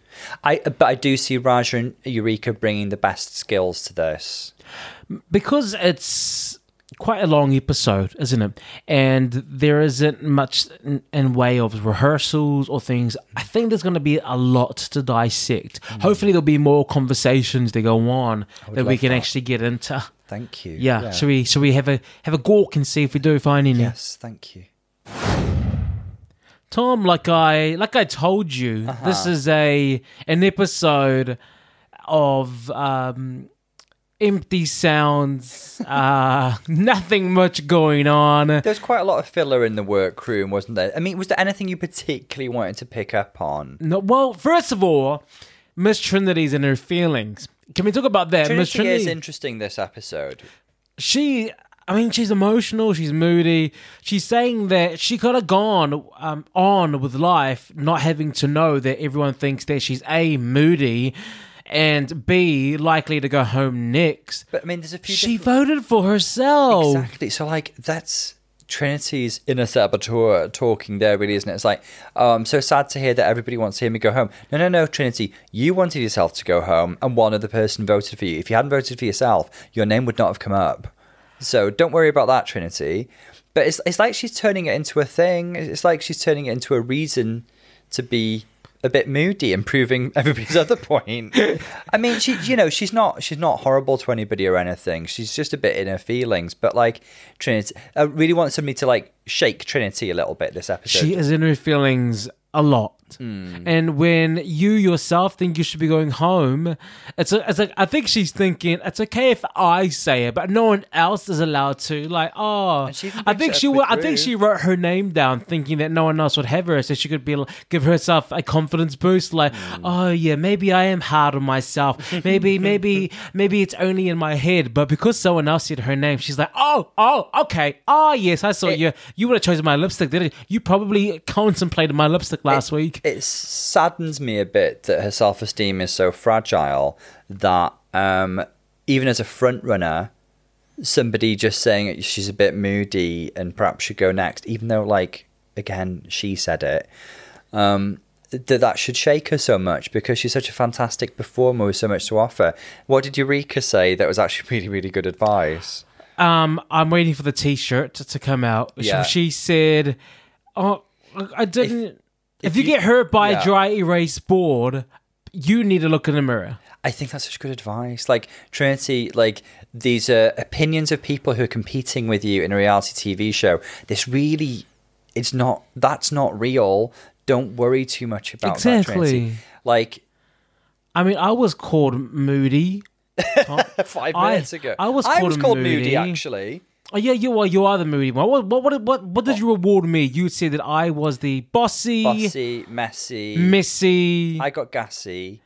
B: I, but I do see Raja and Eureka bringing the best skills to this.
A: because it's quite a long episode, isn't it? And there isn't much in, in way of rehearsals or things. I think there's going to be a lot to dissect. Hopefully, there'll be more conversations that go on that we
B: Mm. love
A: can
B: that.
A: actually get into.
B: Thank you.
A: Yeah. Should we? Should we have a have a gawk and see if we do find any?
B: Yes, thank you.
A: Tom, like I like I told you, this is a an episode of um empty sounds, uh nothing much going on.
B: There's quite a lot of filler in the workroom, wasn't there? I mean, was there anything you particularly wanted to pick up on?
A: No, well, first of all, Miss Trinity's in her feelings. Can we talk about that? Miss
B: Trinity
A: Trinity
B: is interesting this episode.
A: she I mean, she's emotional, she's moody. She's saying that she could have gone um, on with life, not having to know that everyone thinks that she's A, moody, and B, likely to go home next.
B: But I mean, there's a few.
A: She
B: different-
A: voted for herself.
B: Exactly. So like that's Trinity's inner saboteur talking there, really, isn't it? It's like, oh, I'm so sad to hear that everybody wants to hear me go home. No, no, no, Trinity, you wanted yourself to go home, and one other person voted for you. If you hadn't voted for yourself, your name would not have come up. So don't worry about that, Trinity. But it's it's like she's turning it into a thing. It's like she's turning it into a reason to be a bit moody and proving everybody's other point. I mean, she, you know, she's not, she's not horrible to anybody or anything. She's just a bit in her feelings. But like Trinity, I really want somebody to like shake Trinity a little bit this episode.
A: She is in her feelings a lot. And when you yourself think you should be going home, it's, a, it's like, I think she's thinking, it's okay if I say it, but no one else is allowed to. Like, oh,
B: she even
A: I
B: brings
A: think
B: it up
A: she
B: with
A: wa- I think
B: Rue.
A: she wrote her name down thinking that no one else would have her. So she could be l- give herself a confidence boost. Like,
B: Hmm.
A: oh yeah, maybe I am hard on myself. Maybe, maybe, maybe it's only in my head. But because someone else said her name, she's like, oh, oh, okay. Oh, yes, I saw
B: Eh
A: you. You would have chosen my lipstick, didn't you? You probably contemplated my lipstick last
B: Eh,
A: week.
B: it saddens me a bit that her self esteem is so fragile that um, even as a front runner, somebody just saying she's a bit moody and perhaps should go next, even though like again she said it. Um, that that should shake her so much because she's such a fantastic performer with so much to offer. What did Eureka say that was actually really, really good advice?
A: Um, I'm waiting for the T-shirt to come out. She-
B: Yeah.
A: She, said, "Oh, I didn't. If, you,
B: you-
A: get hurt by
B: yeah.
A: a dry erase board, you need to look in the mirror."
B: I think that's such good advice. Like Trinity, like these are opinions of people who are competing with you in a reality TV show. This really, it's not. That's not real. Don't worry too much about that. Trinity.
A: Exactly.
B: Like
A: I mean, I was called moody.
B: five
A: I-
B: minutes ago,
A: I was called
B: moody.
A: moody.
B: Actually,
A: Oh yeah, you are. You are the moody one. What what what what, what did you reward me? You said that I was the bossy,
B: bossy, messy.
A: messy.
B: I got gassy.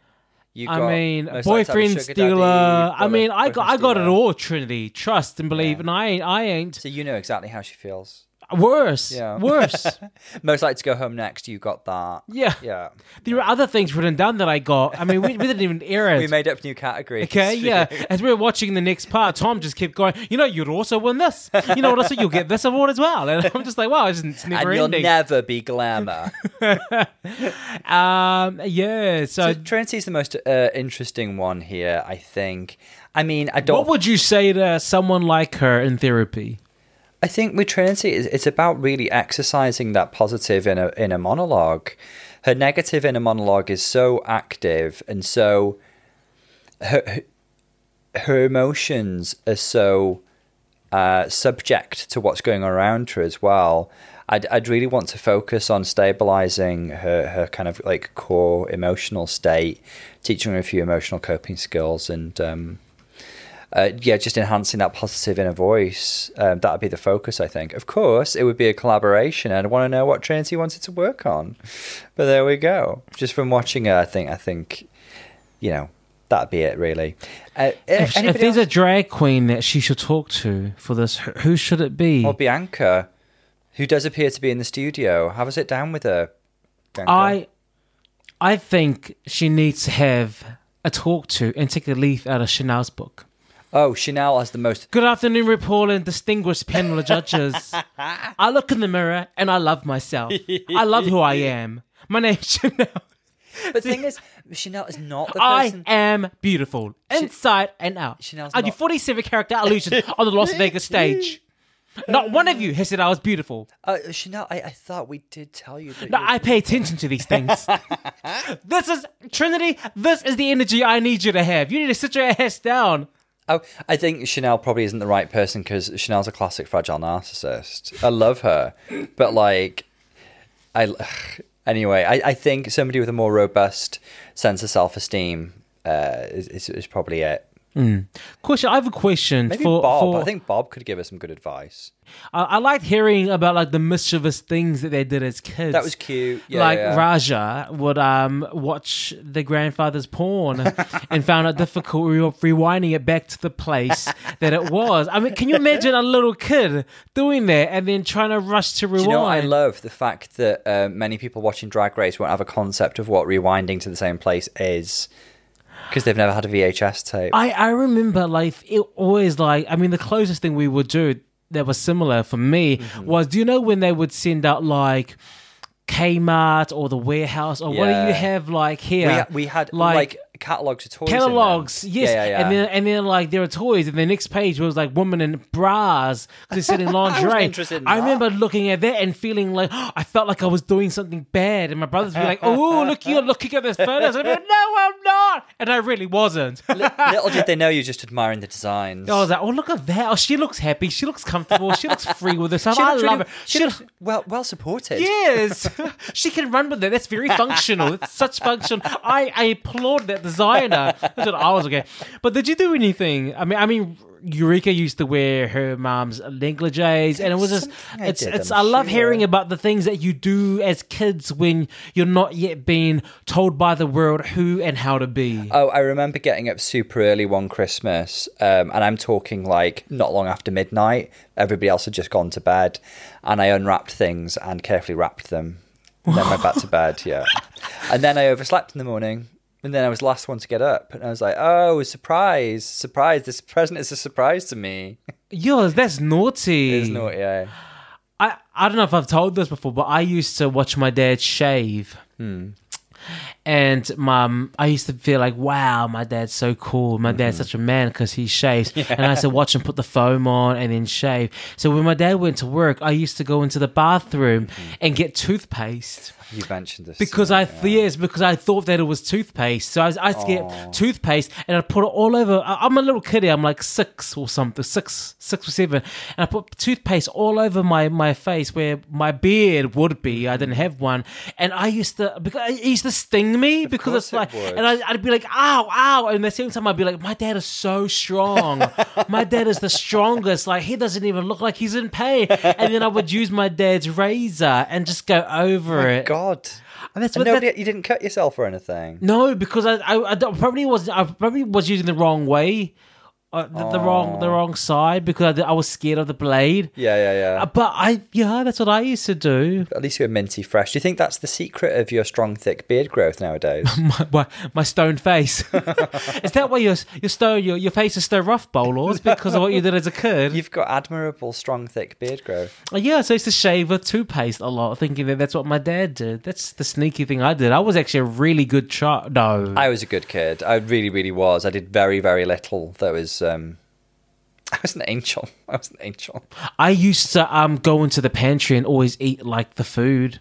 B: You
A: I
B: got
A: mean,
B: most likely to have a
A: boyfriend
B: sugar
A: stealer.
B: daddy,
A: I mean, I
B: boyfriend
A: got I got it
B: stealer.
A: all. Trinity, trust and believe, and I ain't I ain't
B: So you know exactly how she feels.
A: worse.
B: Yeah.
A: Worse.
B: Most likely to go home next. You got that.
A: yeah.
B: Yeah.
A: There were other things written down that I got. I mean, we, we didn't even air it.
B: We made up new categories.
A: Okay, yeah. As we were watching the next part, Tom just kept going, you know, you'd also win this. You know what else? You'll get this award as well. And I'm just like, wow, it's, it's never
B: and you'll
A: ending.
B: never be
A: Uh,
B: glamour.
A: um, yeah, so,
B: so Trinity's the most uh, interesting one here, I think. I mean, I
A: what
B: don't.
A: would you say to someone like her in therapy?
B: I think with Trinity, it's it's about really exercising that positive in a in a monologue. Her negative in a monologue is so active and so her her emotions are so uh, subject to what's going on around her as well. I'd, I'd really want to focus on stabilizing her, her kind of like core emotional state, teaching her a few emotional coping skills, and um, uh, yeah, just enhancing that positive inner voice. Um, that'd be the focus, I think. Of course, it would be a collaboration, and I want to know what Trinity wanted to work on. But there we go. Just from watching her, I think, I think, you know, that'd be it, really. Uh,
A: If, if
B: anybody
A: there's
B: else?
A: a drag queen that she should talk to for this, who- who should it be?
B: Or Bianca, who does appear to be in the studio. Have a sit down with her. Bianca.
A: I, I think she needs to have a talk to and take a leaf out of Chanel's book.
B: Oh, Chanel has the most.
A: Good afternoon, RuPaul and distinguished panel of judges. I look in the mirror and I love myself. I love who I am. My name's Chanel.
B: But the thing is, Chanel is not the
A: I
B: person.
A: am beautiful, inside and out.
B: Chanel's
A: I do
B: not-
A: 47 character illusions on the Las Vegas stage. Not one of you has said I was beautiful.
B: Uh, Chanel, I, I thought we did tell you that.
A: No,
B: you-
A: I pay attention to these things. this is Trinity. This is the energy I need you to have. You need to sit your ass down.
B: Oh, I think Chanel probably isn't the right person because Chanel's a classic fragile narcissist. I love her, but like, I anyway, I, I think somebody with a more robust sense of self esteem uh, is, is is probably it.
A: Question. I have a question
B: Maybe
A: for
B: Bob.
A: for-
B: I think Bob could give us some good advice.
A: I, I liked hearing about like the mischievous things that they did as kids.
B: That was cute. Yeah,
A: like
B: yeah.
A: Raja would um watch the grandfather's porn and found it difficult re- rewinding it back to the place that it was. I mean, can you imagine a little kid doing that and then trying to rush to rewind?
B: Do you know what I love? The fact that uh, many people watching Drag Race won't have a concept of what rewinding to the same place is because they've never had a VHS tape.
A: I, I remember like it always like I mean the closest thing we would do that was similar for me
B: Mm-hmm.
A: was do you know when they would send out like Kmart or the warehouse or what do
B: Yeah.
A: you have like
B: we,
A: here?
B: ha- we had like, catalogs of toys. in them.
A: catalogs, yes,
B: Yeah, yeah, yeah.
A: and then and then like there were toys, and the next page was like women in bras because they said in lingerie.
B: interested in
A: I
B: that.
A: remember looking at that and feeling like "Oh, I felt like I was doing something bad, and my brothers would be like, "Oh, look, you're looking at those photos." I'd be like, "No, I'm not," and I really wasn't.
B: Little did they know you're just admiring the designs.
A: I was like, "Oh, look at that! Oh, she looks happy. She looks comfortable. She looks free with herself.
B: She
A: I
B: looked
A: love
B: really-
A: her.
B: She looks well, well supported.
A: Yes, she can run with that. That's very functional. It's such function. I, I applaud that designer. That's what I was okay. But did you do anything? I mean, I mean, Eureka used to wear her mom's negligees, and it was just
B: Something I
A: it's
B: did,
A: it's.
B: I'm
A: I love
B: sure.
A: hearing about the things that you do as kids when you're not yet being told by the world who and how to be.
B: Oh, I remember getting up super early one Christmas, um, and I'm talking like not long after midnight. Everybody else had just gone to bed, and I unwrapped things and carefully wrapped them. Then went back to bed, yeah. And then I overslept in the morning, and then I was the last one to get up, and I was like, "Oh, surprise, surprise! This present is a surprise to me."
A: Yours, that's naughty.
B: There's no, yeah.
A: I, I don't know if I've told this before, but I used to watch my dad shave. And mum, I used to feel like, wow, my dad's so cool. My dad's such a man because he shaves. And I used to watch him put the foam on and then shave. So when my dad went to work, I used to go into the bathroom and get toothpaste
B: You mentioned this
A: because
B: yeah.
A: I th- yes, because I thought that it was toothpaste. So I, was, I used to get toothpaste and I put it all over. I, am a little kiddie. I'm like six or something, six, six or seven, and I put toothpaste all over my my face where my beard would be. I didn't have one, and I used to because it used to sting me because
B: course
A: it's
B: it
A: like,
B: would.
A: and I, I'd be like, ow, ow, and at the same time I'd be like, my dad is so strong. my dad is the strongest. Like he doesn't even look like he's in pain. And then I would use my dad's razor and just go over it.
B: God.
A: And that's
B: And
A: what that-
B: nobody, you didn't cut yourself or anything.
A: no, because I, I, I don't- probably was I probably was using the wrong way, uh, the, the wrong the wrong side because I, d- I was scared of the blade.
B: Oh. Yeah, yeah, yeah.
A: Uh, But I yeah, that's what I used to do.
B: At least you were minty fresh. Do you think that's the secret of your strong, thick beard growth nowadays?
A: My, my, my stone face. is that why your your stone your, your face is so rough, Bowlers? Because of what you did as a kid.
B: You've got admirable, strong, thick beard growth.
A: Uh, Yeah, so I used to shave with toothpaste a lot, thinking that that's what my dad did. That's the sneaky thing I did. I was actually a really good child. No,
B: I was a good kid. I really, really was. I did very, very little. That was, um, I was an angel. I was an angel.
A: I used to um go into the pantry and always eat like the food.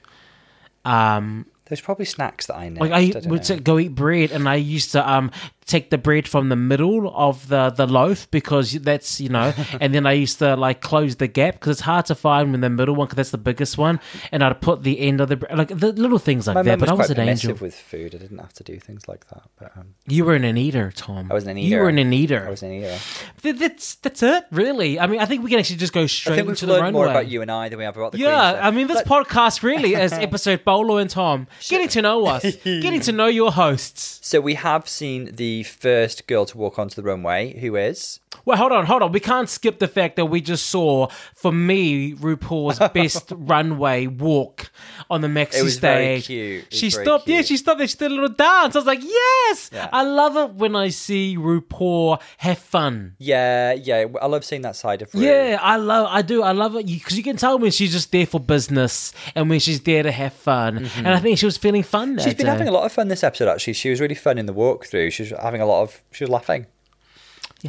A: Um,
B: There's probably snacks that I nicked.
A: Like
B: I,
A: I
B: don't
A: would
B: know.
A: say go eat bread, and I used to um take the bread from the middle of the the loaf because that's you know, and then I used to like close the gap because it's hard to find when the middle one because that's the biggest one, and I'd put the end of the bread like the little things like
B: My
A: that.
B: mum
A: But
B: was
A: I was
B: quite
A: an
B: permissive
A: angel.
B: with food. I didn't have to do things like that. But um,
A: You were an eater, Tom.
B: I was an
A: You
B: eater.
A: were an eater.
B: I was an eater.
A: Th- that's that's it, really. I mean, I think we can actually just go
B: I
A: straight
B: think we've
A: into the runway.
B: learned more about you and I than we have about the
A: Yeah,
B: Queen.
A: I mean, this podcast really is episode Bolo and Tom getting to know us, getting to know your hosts.
B: So we have seen the first girl to walk onto the runway, who is
A: Well, hold on, hold on. We can't skip the fact that we just saw, for me, RuPaul's best runway walk on the maxi
B: It was very
A: stage.
B: cute. It was
A: she
B: very
A: stopped. Yeah,
B: cute.
A: she stopped. there. She did a little dance. I was like, yes,
B: Yeah.
A: I love it when I see RuPaul have fun.
B: Yeah, yeah. I love seeing that side of Rue.
A: Yeah, I love, I do, I love it because you can tell when she's just there for business and when she's there to have fun. And I think she was feeling fun.
B: Mm-hmm. She's been having a lot of fun this episode, actually. She was really fun in the walkthrough. She was having a lot of. She was laughing.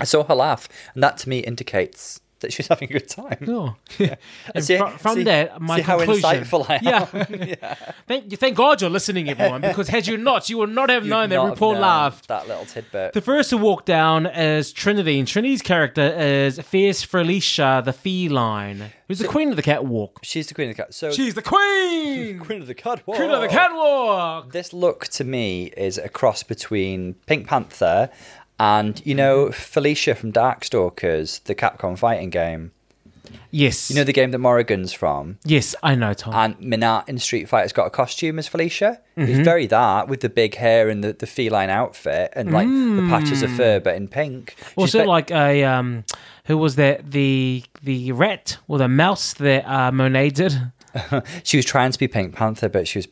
B: I saw her laugh, and that to me indicates that she's having a good time.
A: Oh. and
B: See-
A: fro- from
B: see-
A: that, my
B: see how
A: conclusion.
B: insightful I am.
A: Yeah. Thank you. Thank God you're listening, everyone, because had you not, you would not have known that
B: Not
A: RuPaul
B: know
A: laughed.
B: That little tidbit.
A: The first to walk down is Trinity, and Trinity's character is Fierce Felicia, the feline, who's the queen of the catwalk.
B: she's the queen of the cat. So
A: She's the queen!
B: queen of the cat.
A: Queen of the catwalk!
B: This look to me is a cross between Pink Panther and you
A: Mm-hmm.
B: know Felicia from Darkstalkers, the Capcom fighting game.
A: Yes.
B: You know the game that Morrigan's from.
A: yes, I know, Tom.
B: and Minat in Street Fighter's got a costume as Felicia. It's very that with the big hair and the, the feline outfit and like the patches of fur, but in pink. She's
A: also,
B: bit-
A: like a um, who was that? The the rat or the mouse that uh, Monet did.
B: she was trying to be Pink Panther, but she was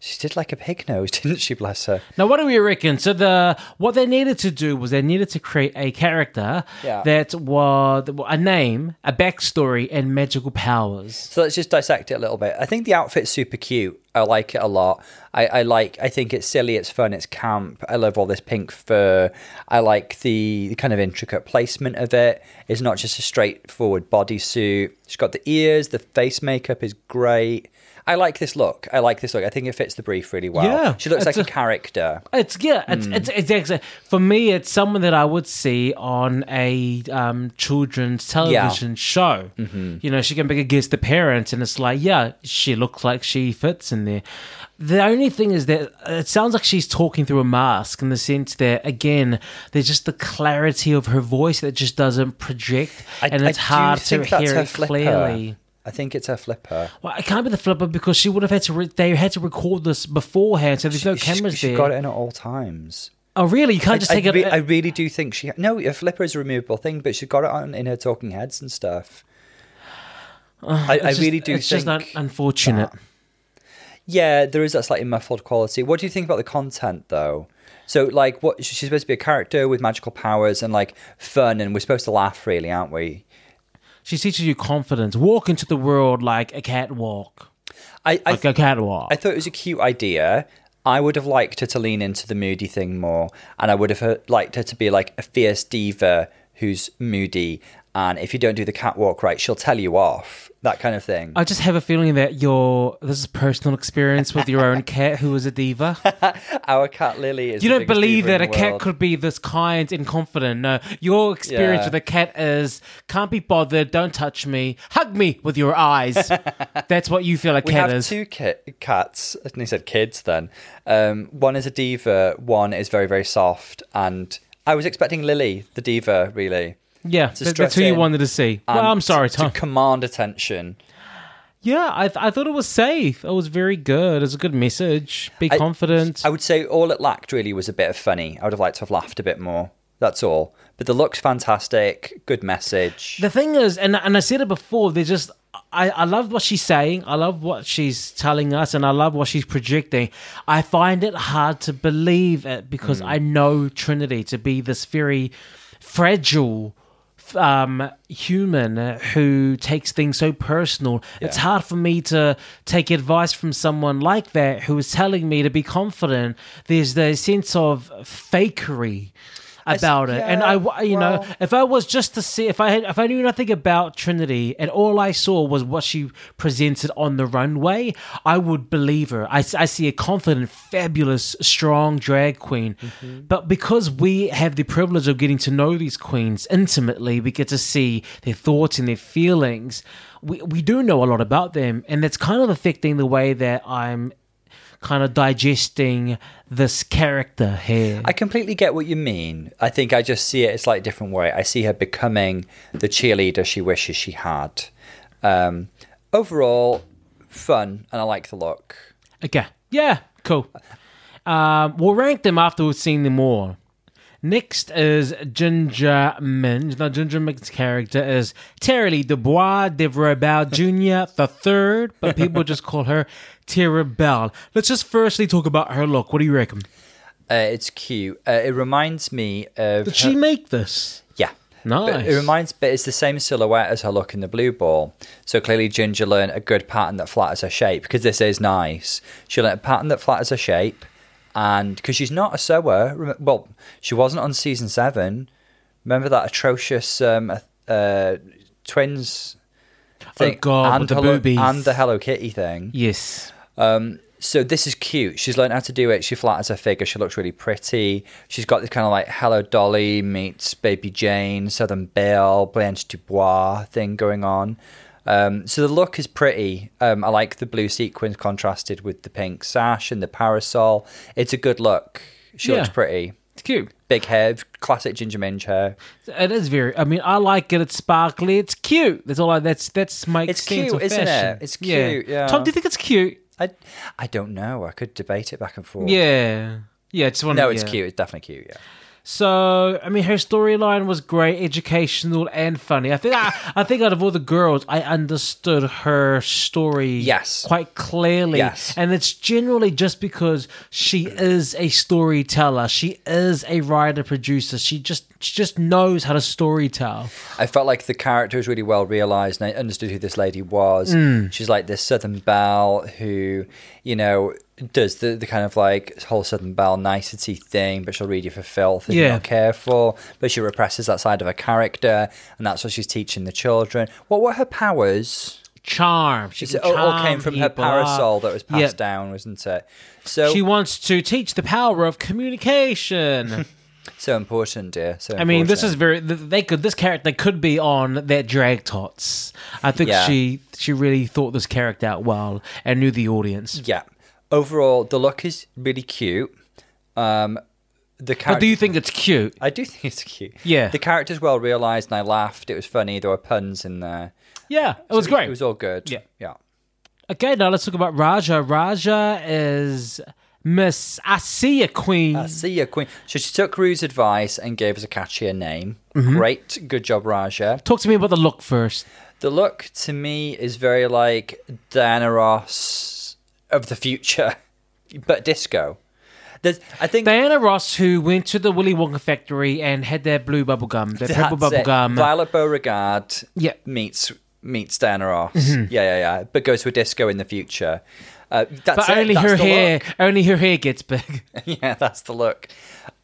B: she did like a pig nose, didn't she? Bless her.
A: Now, what do we reckon? So the what they needed to do was they needed to create a character
B: Yeah.
A: that was a name, a backstory, and magical powers.
B: So let's just dissect it a little bit. I think the outfit's super cute. I like it a lot. I, I like. I think it's silly. It's fun. It's camp. I love all this pink fur. I like the kind of intricate placement of it. It's not just a straightforward bodysuit. She's got the ears. The face makeup is great. I like this look. I like this look. I think it fits the brief really well.
A: Yeah,
B: she looks like
A: it's
B: a,
A: a-
B: character.
A: It's yeah, it's
B: Hmm.
A: it's, it's actually for me, it's someone that I would see on a um, children's television show.
B: Mm-hmm.
A: You know, she can be against the parents, and it's like, yeah, she looks like she fits in there. The only thing is that it sounds like she's talking through a mask in the sense that again, there's just the clarity of her voice that just doesn't project,
B: I,
A: and
B: I
A: it's
B: do
A: hard to
B: think that's
A: hear
B: her
A: it
B: flipper.
A: clearly.
B: I think it's her flipper.
A: Well, it can't be the flipper because she would have had to. Re- they had to record this beforehand, so there's no
B: She-
A: cameras
B: she,
A: there.
B: got it in at all times.
A: Oh, really? You can't just
B: I,
A: take it.
B: re- I really do think she. No, a flipper is a removable thing, but she got it on in her talking heads and stuff. I, I
A: It's just-
B: really do
A: It's
B: think.
A: just un- unfortunate.
B: yeah, there is that slightly muffled quality. What do you think about the content though? So, like, what she's supposed to be a character with magical powers and like fun, and we're supposed to laugh, really, aren't we?
A: She teaches you confidence. Walk into the world like a catwalk,
B: I, I,
A: like a catwalk.
B: I thought it was a cute idea. I would have liked her to lean into the moody thing more, and I would have her- liked her to be like a fierce diva who's moody, and if you don't do the catwalk right, she'll tell you off. That kind of thing.
A: I just have a feeling that your this is personal experience with your own cat who was a diva.
B: Our cat Lily is.
A: You
B: the
A: don't
B: biggest
A: believe
B: diva
A: that
B: in
A: a
B: the
A: cat
B: world.
A: could be this kind and confident. No, your experience
B: Yeah.
A: with a cat is can't be bothered, don't touch me, hug me with your eyes. That's what you feel a
B: We
A: cat
B: have
A: is.
B: two ki- cats, and he said kids. Then um, one is a diva, one is very very soft, and I was expecting Lily, the diva, really.
A: yeah,
B: to
A: that-
B: stress
A: that's who you
B: in
A: wanted to see. Well,
B: and
A: I'm sorry,
B: to-
A: Tom.
B: To command attention.
A: yeah, I, th- I thought it was safe. It was very good. It was a good message. Be confident.
B: I would say all it lacked really was a bit of funny. I would have liked to have laughed a bit more. That's all. But the look's fantastic. Good message.
A: The thing is, and and I said it before, there's just I, I love what she's saying, I love what she's telling us, and I love what she's projecting. I find it hard to believe it
B: Mm.
A: because I know Trinity to be this very fragile f- um human who takes things so personal it's
B: Yeah.
A: hard for me to take advice from someone like that who is telling me to be confident there's the sense of fakery
B: s-
A: about it and
B: yeah,
A: i w- you know
B: well-
A: if I was just to see if I had, if I knew nothing about Trinity and all I saw was what she presented on the runway, I would believe her. I, s- I see a confident, fabulous, strong drag queen. But because we have the privilege of getting to know these queens intimately, we get to see their thoughts and their feelings. We we do know a lot about them, and that's kind of affecting the way that I'm kind of digesting this character here.
B: I completely get what you mean. I think I just see it a slightly different way. I see her becoming the cheerleader she wishes she had. Um, overall, fun, and I like the look.
A: Okay. Yeah. Cool. Um, we'll rank them after we've seen them all. Next is Ginger Minj. Now, Ginger Minj's character is Terry Lee Dubois Deborah Bell Jr., the third, but people just call her Tara Bell. Let's just firstly talk about her look. What do you reckon?
B: Uh, it's cute. Uh, it reminds me of.
A: Did she make this?
B: Yeah. But
A: Nice.
B: it reminds but it's the same silhouette as her look in the blue ball. So clearly Ginger learned a good pattern that flatters her shape because this is nice. She learned a pattern that flatters her shape and because she's not a sewer, rem- well, she wasn't on season 7. Remember that atrocious um uh twins thing
A: Oh God, with the
B: Hello-
A: boobies.
B: and the Hello Kitty thing.
A: Yes.
B: Um, So this is cute. She's learned how to do it. She flatters her figure. She looks really pretty. She's got this kind of like Hello Dolly meets Baby Jane, Southern Belle, Blanche Dubois thing going on. Um, so the look is pretty. Um, I like the blue sequins contrasted with the pink sash and the parasol. It's a good look. She looks
A: Yeah.
B: pretty.
A: It's cute.
B: Big hair, classic ginger minge hair.
A: It is very. I mean, I like it. It's sparkly. It's cute. That's all. I, that's that's makes
B: It's
A: sense
B: cute,
A: of
B: isn't it?
A: fashion.
B: It's cute, yeah.
A: Tom, do you think it's cute?
B: I, I don't know. I could debate it back and forth.
A: Yeah. Yeah. I Just want
B: No, it's
A: yeah.
B: cute. It's definitely cute. Yeah.
A: So I mean, her storyline was great, educational and funny. I think I, I think out of all the girls, I understood her story
B: Yes.
A: quite clearly.
B: Yes.
A: and it's generally just because she is a storyteller. She is a writer producer. She just she just knows how to storytell.
B: I felt like the character was really well realised and I understood who this lady was.
A: Hmm.
B: She's like this Southern Belle who, you know, does the, the kind of like whole Southern Belle nicety thing, but she'll read you for filth if you're
A: Yeah.
B: not careful. But she represses that side of her character and that's what she's teaching the children. What were her powers?
A: Charm. She
B: It's-
A: can
B: It oh, all came
A: charm
B: from her
A: people up.
B: parasol that was passed
A: Yeah.
B: down, wasn't it? So
A: She wants to teach the power of communication.
B: so important, dear. So
A: I mean, this
B: important.
A: is very. th- They could. This character could be on that drag tots. I think
B: Yeah.
A: she she really thought this character out well and knew the audience.
B: yeah. Overall, the look is really cute. Um, the character.
A: But do you think it's cute?
B: I do think it's cute.
A: Yeah.
B: The character's well realised and I laughed. It was funny. There were puns in there.
A: Yeah, it was great.
B: It was all good.
A: Yeah.
B: Yeah.
A: okay, now let's talk about Raja. Raja is Miss Asiya Queen.
B: I see ya, Queen. So she took Rue's advice and gave us a catchier name.
A: Mm-hmm.
B: Great. Good job, Raja.
A: Talk to me about the look first.
B: The look to me is very like Diana Ross of the future, but disco. There's, I think
A: Diana Ross, who went to the Willy Wonka factory and had that blue bubble gum, that
B: that's
A: purple bubble
B: it.
A: gum.
B: Violet Beauregard
A: Yeah. Mm-hmm.
B: meets meets Diana Ross. Yeah, yeah, yeah. But goes to a disco in the future. Uh, that's
A: but
B: it,
A: only
B: that's
A: her
B: the
A: hair,
B: look.
A: only her hair gets big.
B: yeah, that's the look.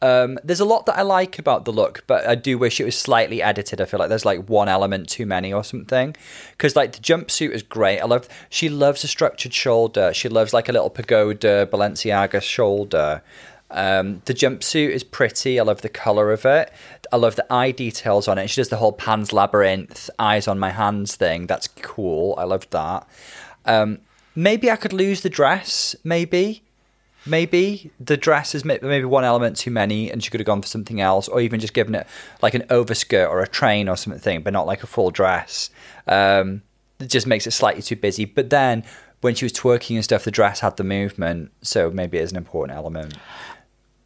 B: Um, there's a lot that I like about the look, but I do wish it was slightly edited. I feel like there's like one element too many or something. Because like the jumpsuit is great. I love. She loves a structured shoulder. She loves like a little pagoda Balenciaga shoulder. Um, the jumpsuit is pretty. I love the color of it. I love the eye details on it. She does the whole Pan's Labyrinth eyes on my hands thing. That's cool. I love that. Um, maybe I could lose the dress. Maybe maybe the dress is ma- maybe one element too many and she could have gone for something else or even just given it like an overskirt or a train or something but not like a full dress um, it just makes it slightly too busy but then when she was twerking and stuff the dress had the movement so maybe it is an important element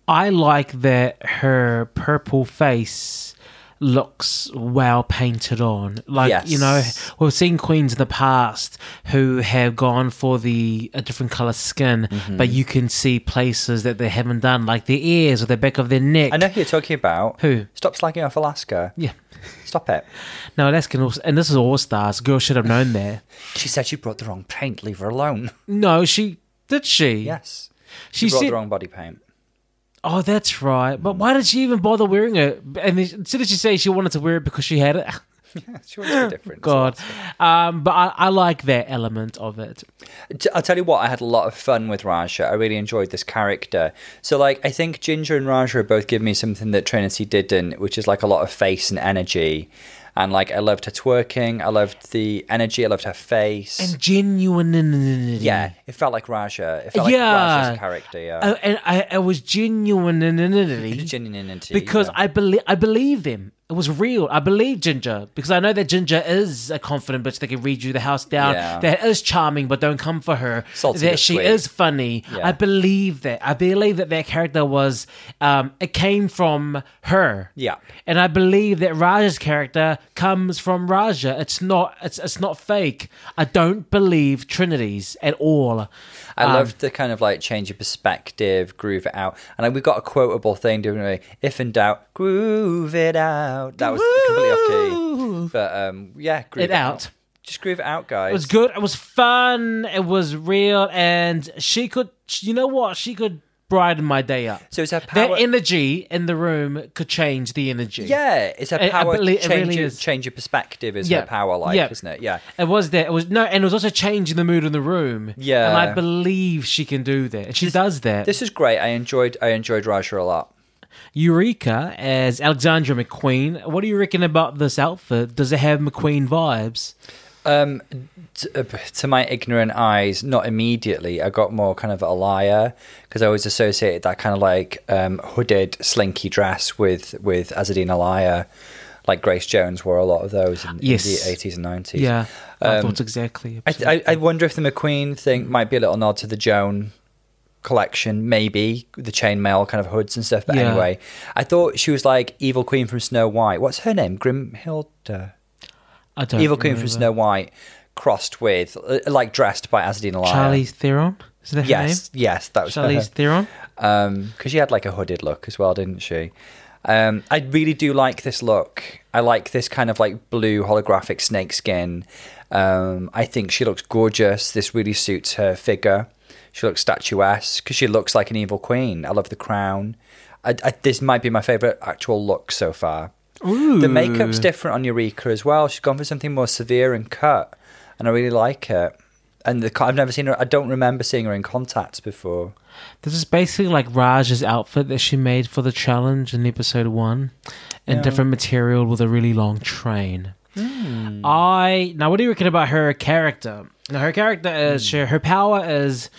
A: I like that her purple face looks well painted on. Like
B: Yes.
A: you know, we've seen queens in the past who have gone for the a different color skin,
B: Mm-hmm.
A: but you can see places that they haven't done, like their ears or the back of their neck.
B: I know who you're talking about
A: Who?
B: stop slagging off Alaska
A: Yeah.
B: stop it
A: No, that's can also, and this is all stars. Girl should have known that.
B: she said she brought the wrong paint leave her alone
A: No, she did. She.
B: yes
A: She,
B: she brought
A: said,
B: the wrong body paint
A: "Oh, that's right." But why did she even bother wearing it? And then, did she say she wanted to wear it because she had it?
B: she wants to be different
A: God. Um, but I, I like that element of it.
B: T- I'll tell you what, I had a lot of fun with Raja. I really enjoyed this character. So, like, I think Ginger and Raja both give me something that Trinity didn't, which is like a lot of face and energy. And like, I loved her twerking. I loved the energy. I loved her face.
A: And genuine.
B: yeah, it felt like Raja. It felt
A: Yeah.
B: like Raja's character. Yeah,
A: Uh, and I, it was genuine.
B: Genuinity,
A: because
B: yeah.
A: I believe I believe them. It was real. I believe Ginger because I know that Ginger is a confident bitch that can read you the house down.
B: Yeah.
A: That is charming, but don't come for her.
B: Salty
A: that
B: but
A: she
B: sweet.
A: is funny.
B: Yeah.
A: I believe that. I believe that that character was. Um, it came from her.
B: Yeah.
A: And I believe that Raja's character comes from Raja. It's not. It's it's not fake. I don't believe Trinity's at all.
B: I
A: Um,
B: loved the kind of like change of perspective, groove it out. And like, we got a quotable thing, didn't we? If in doubt, groove it out. That was completely off key. But um, yeah, groove
A: It
B: it,
A: out.
B: Just groove it out, guys.
A: It was good. It was fun. It was real, and she could. You know what? She could brighten my day up.
B: So it's her
A: That
B: power.
A: energy in the room could change the energy.
B: yeah, it's
A: I- I
B: her power.
A: believe- it
B: change,
A: really
B: your-
A: is.
B: change your perspective is
A: Yeah.
B: her power, like,
A: Yeah.
B: isn't it? Yeah.
A: It was that. It was no, and it was also changing the mood in the room.
B: Yeah.
A: and I believe she can do that. And she does that.
B: This is great. I enjoyed. I enjoyed Raja a lot.
A: Eureka as Alexandra McQueen. What do you reckon about this outfit? Does it have McQueen vibes?
B: Um, t- uh, to my ignorant eyes, not immediately. I got more kind of a liar because I always associated that kind of like um, hooded, slinky dress with with Azadine Alaya. Like Grace Jones wore a lot of those in, in
A: Yes.
B: the eighties and nineties.
A: Yeah, I thought exactly.
B: Um, I, I, I wonder if the McQueen thing might be a little nod to the Joan collection, maybe the chainmail kind of hoods and stuff. But
A: Yeah.
B: anyway, I thought she was like Evil Queen from Snow White. What's her name? Grimhilda.
A: I don't
B: Evil Queen
A: remember.
B: from Snow White, crossed with, uh, like dressed by Azadine Alaya.
A: Charlie Theron. Is that her
B: Yes, yes, that
A: name?
B: was
A: Charlize
B: her.
A: Theron.
B: Um, because she had like a hooded look as well, didn't she? Um, I really do like this look. I like this kind of like blue holographic snakeskin. Um, I think she looks gorgeous. This really suits her figure. She looks statuesque because she looks like an evil queen. I love the crown. I, I, this might be my favorite actual look so far. The makeup's different on Eureka as well. She's gone for something more severe and cut, and I really like it. And the, co- I've never seen her. I don't remember seeing her in contacts before.
A: This is basically like Raj's outfit that she made for the challenge in episode one, in
B: Yeah.
A: different material with a really long train.
B: Hmm.
A: I now, what do you reckon about her character? Now, her character
B: Hmm.
A: is she, her power is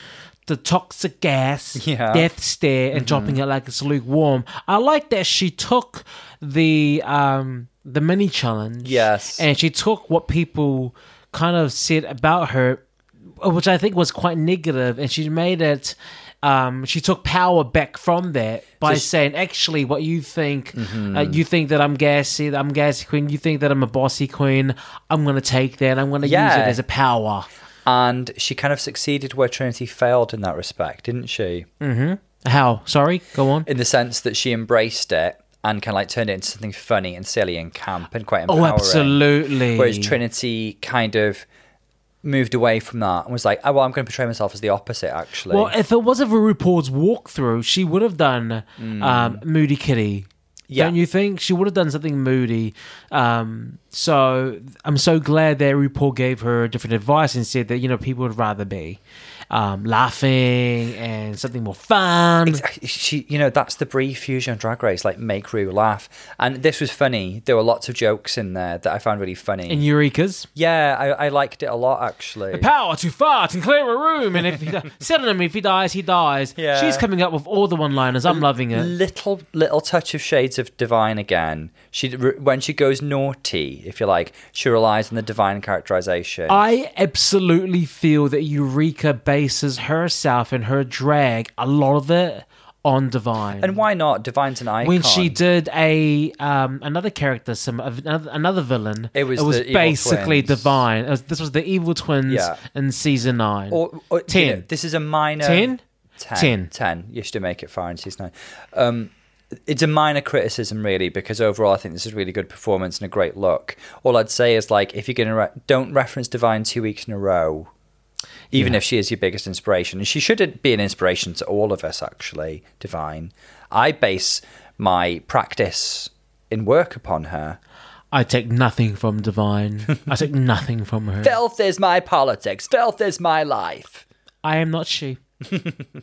A: the toxic gas,
B: Yeah. Mm-hmm.
A: death stare, and dropping it like it's lukewarm. I like that she took the um the mini challenge,
B: Yes.
A: and she took what people kind of said about her, uh, which I think was quite negative, and she made it. Um, she took power back from that by
B: she-
A: saying, "Actually, what you think, uh, you think that I'm gassy, that I'm gassy queen. You think that I'm a bossy queen. I'm gonna take that. and I'm gonna use
B: Yeah.
A: it as a power."
B: And she kind of succeeded where Trinity failed in that respect, didn't she?
A: Mm. How? Sorry, go on.
B: In the sense that she embraced it and kind of like turned it into something funny and silly and camp and quite
A: oh,
B: empowering.
A: absolutely.
B: Whereas Trinity kind of moved away from that and was like, oh, well, I'm going to portray myself as the opposite, actually.
A: Well, if it wasn't for RuPaul's walkthrough, she would have done um, Moody Kitty.
B: Hmm. Yeah.
A: Don't you think she would have done something moody? Um, so I'm so glad that RuPaul gave her different advice and said that you know people would rather be um, laughing and something more fun.
B: Ex- she, you know, that's the brief fusion of Drag Race, like make Rue laugh. And this was funny. There were lots of jokes in there that I found really funny.
A: And Eureka's
B: yeah, I, I liked it a lot actually.
A: power to fart and clear a room. And if he di- suddenly if he dies, he dies.
B: Yeah.
A: She's coming up with all the one-liners. I'm loving it.
B: Little little touch of shades of divine again. She when she goes naughty, if you like, she relies on the divine characterization.
A: I absolutely feel that Eureka bases herself and her drag a lot of it on Divine.
B: and why not? Divine's an icon.
A: when she did a um, another character, some of- another, another villain,
B: It was the evil
A: basically
B: twins.
A: Divine. It was- this was the evil twins
B: Yeah.
A: in season nine.
B: or, or, you
A: Ten.
B: know, this is a minor
A: Ten?
B: Ten.
A: Ten.
B: Ten. You should make it far in season nine. Um, it's a minor criticism, really, because overall I think this is a really good performance and a great look. All I'd say is like, if you're gonna re- don't reference Divine two weeks in a row, even if she is your biggest inspiration, and she should be an inspiration to all of us. Actually, Divine, I base my practice in work upon her.
A: I take nothing from Divine. I take nothing from her.
B: Filth is my politics. Filth is my life.
A: I am not she.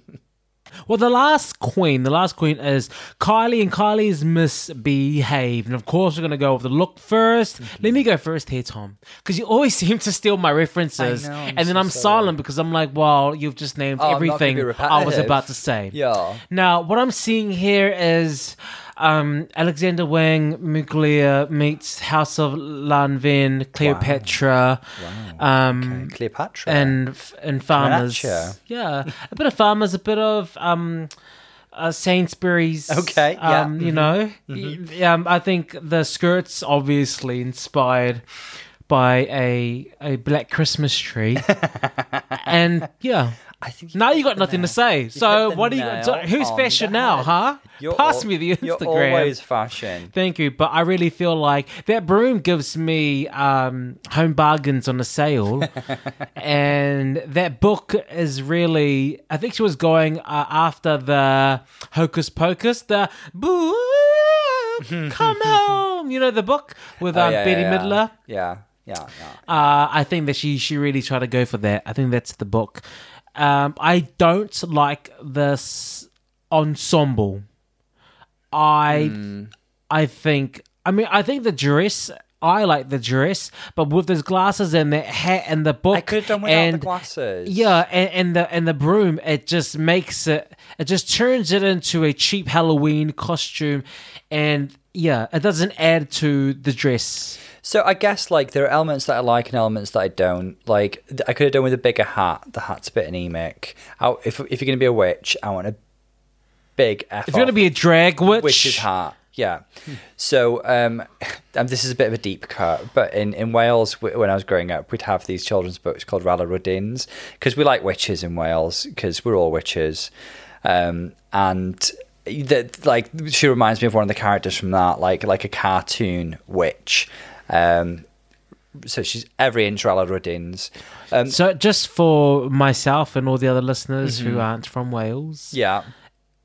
A: well, the last queen, the last queen is Kylie, and Kylie's misbehaved. And of course, we're going to go with the look 1st
B: Mm-hmm.
A: Let me go first here, Tom, because you always seem to steal my references.
B: I know, I'm
A: and then
B: so
A: I'm
B: sorry.
A: silent because I'm like, well, you've just named
B: Oh, I'm not gonna
A: everything
B: be
A: I was
B: repetitive.
A: about to say.
B: Yeah.
A: Now, what I'm seeing here is um, Alexander Wang, Muglia meets House of Lanvin, Cleopatra. Um,
B: Cleopatra.
A: and f- and farmers.
B: Sriracha.
A: Yeah, a bit of farmers, a bit of um, uh, Sainsbury's.
B: Okay, yeah. Mm-hmm.
A: um, you know, Y- um, I think the skirts obviously inspired by a a black Christmas tree, and yeah.
B: I think
A: Now you got nothing to say. So
B: hit the
A: what do you?
B: nail
A: So who's
B: on
A: fashion
B: the
A: now,
B: head.
A: huh?
B: You're
A: Pass
B: al-
A: me the Instagram.
B: You're always fashion.
A: Thank you, but I really feel like that broom gives me um, home bargains on a sale, and that book is really. I think she was going uh, after the Hocus Pocus, the boo, come home. You know the book with um,
B: Oh, yeah,
A: Betty
B: yeah, yeah.
A: Midler.
B: Yeah, yeah, yeah.
A: Uh, I think that she she really tried to go for that. I think that's the book. Um, I don't like this ensemble. I
B: Hmm.
A: I think I mean I think the dress. I like the dress, but with those glasses and that hat and the book,
B: I could have done without
A: and
B: the glasses.
A: yeah, and, and the and the broom, it just makes it, it just turns it into a cheap Halloween costume, and yeah, it doesn't add to the dress.
B: So I guess like there are elements that I like and elements that I don't. Like th- I could have done with a bigger hat. The hat's a bit anemic. I, if if you're gonna be a witch, I want a big F.
A: If you're gonna
B: off
A: be a drag witch,
B: witch's hat. Yeah. So um, and this is a bit of a deep cut, but in, in Wales, w- when I was growing up, we'd have these children's books called Rala Ruddins because we like witches in Wales because we're all witches. Um, and that like she reminds me of one of the characters from that, like like a cartoon witch. Um, so she's every inch Rala Ruddins. Um,
A: So, just for myself and all the other listeners who aren't from Wales,
B: yeah.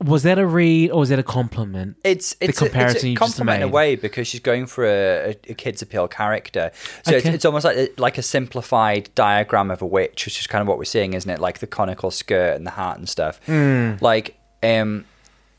A: was that a read or was that a compliment?
B: it's it's
A: comparison
B: a,
A: you
B: it's a
A: just
B: compliment in a
A: made.
B: way because she's going for a, a, a kids appeal character. So
A: Okay.
B: it's, it's almost like a, like a simplified diagram of a witch, which is kind of what we're seeing, isn't it? Like the conical skirt and the hat and stuff.
A: Hmm.
B: Like um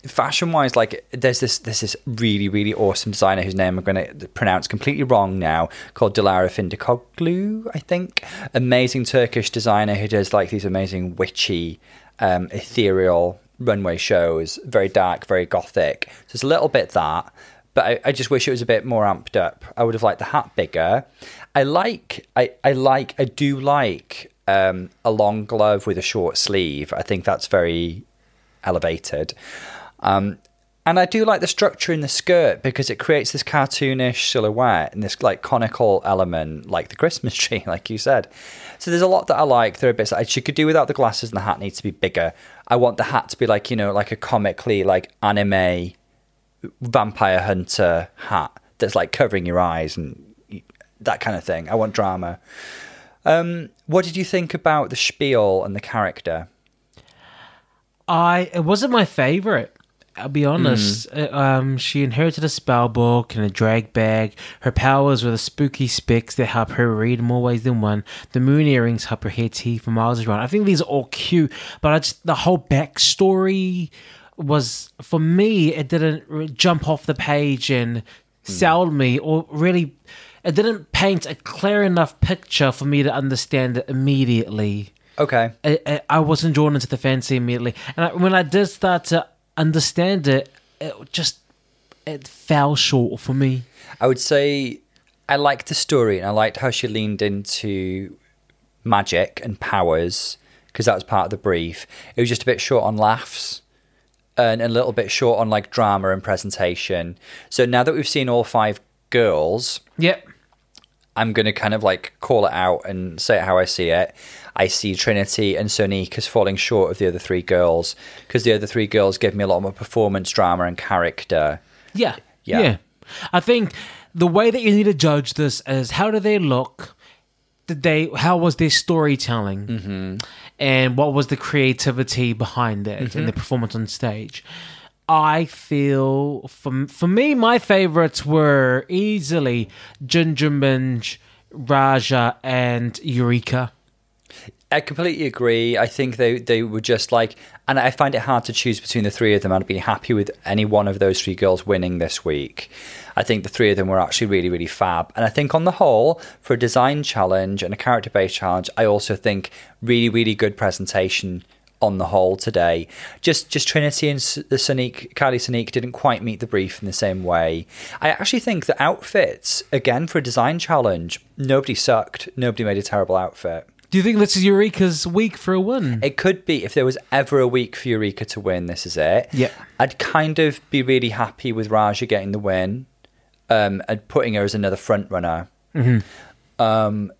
B: fashion wise like there's this there's this really really awesome designer whose name i'm going to pronounce completely wrong now called dilara findikoglu i think amazing turkish designer who does like these amazing witchy um ethereal runway shows very dark very gothic so it's a little bit that but I, I just wish it was a bit more amped up i would have liked the hat bigger i like i i like i do like um a long glove with a short sleeve i think that's very elevated. Um, and I do like the structure in the skirt because it creates this cartoonish silhouette and this like conical element, like the Christmas tree, like you said. So there's a lot that I like. There are bits that I, she could do without the glasses, and the hat needs to be bigger. I want the hat to be like you know, like a comically like anime vampire hunter hat that's like covering your eyes and that kind of thing. I want drama. Um, what did you think about the spiel and the character?
A: I it wasn't my favorite. I'll be honest. Uh, Um, she inherited a spell book and a drag bag. Her powers were the spooky spicks that help her read in more ways than one. The moon earrings help her hear tea for miles around. I think these are all cute, but I just the whole backstory was for me. It didn't r jump off the page and sell me, or really, it didn't paint a clear enough picture for me to understand it immediately.
B: Okay.
A: I, I- I wasn't drawn into the fancy immediately, and I, when I did start to understand it, it just it fell short for me.
B: I would say I liked the story and I liked how she leaned into magic and powers because that was part of the brief. It was just a bit short on laughs and a little bit short on like drama and presentation. So now that we've seen all five girls,
A: Yep.
B: I'm going to kind of like call it out and say it how I see it. I see Trinity and Sonique as falling short of the other three girls because the other three girls gave me a lot more performance, drama, and character.
A: Yeah.
B: Yeah.
A: I think the way that you need to judge this is how do they look? Did they? How was their storytelling? Mm-hmm. And what was the creativity behind it and the performance on stage? I feel for for me, my favorites were easily Ginger Minge, Raja, and Eureka.
B: I completely agree. I think they, they were just like, and I find it hard to choose between the three of them. I'd be happy with any one of those three girls winning this week. I think the three of them were actually really, really fab. And I think on the whole, for a design challenge and a character based challenge, I also think really, really good presentation on the whole today. Just just Trinity and S- the Sonique, Kylie Sonique didn't quite meet the brief in the same way. I actually think the outfits, again, for a design challenge, nobody sucked. Nobody made a terrible outfit.
A: Do you think this is Eureka's week for a win?
B: It could be if there was ever a week for Eureka to win, this is it.
A: Yeah.
B: I'd kind of be really happy with Raja getting the win um, and putting her as another front runner.
A: Mm-hmm.
B: Um,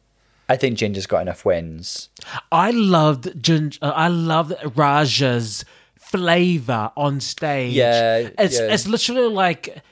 B: I think Ginger's got enough wins.
A: I loved Ginger. I loved Raja's flavor on stage.
B: Yeah,
A: it's
B: yeah.
A: it's literally like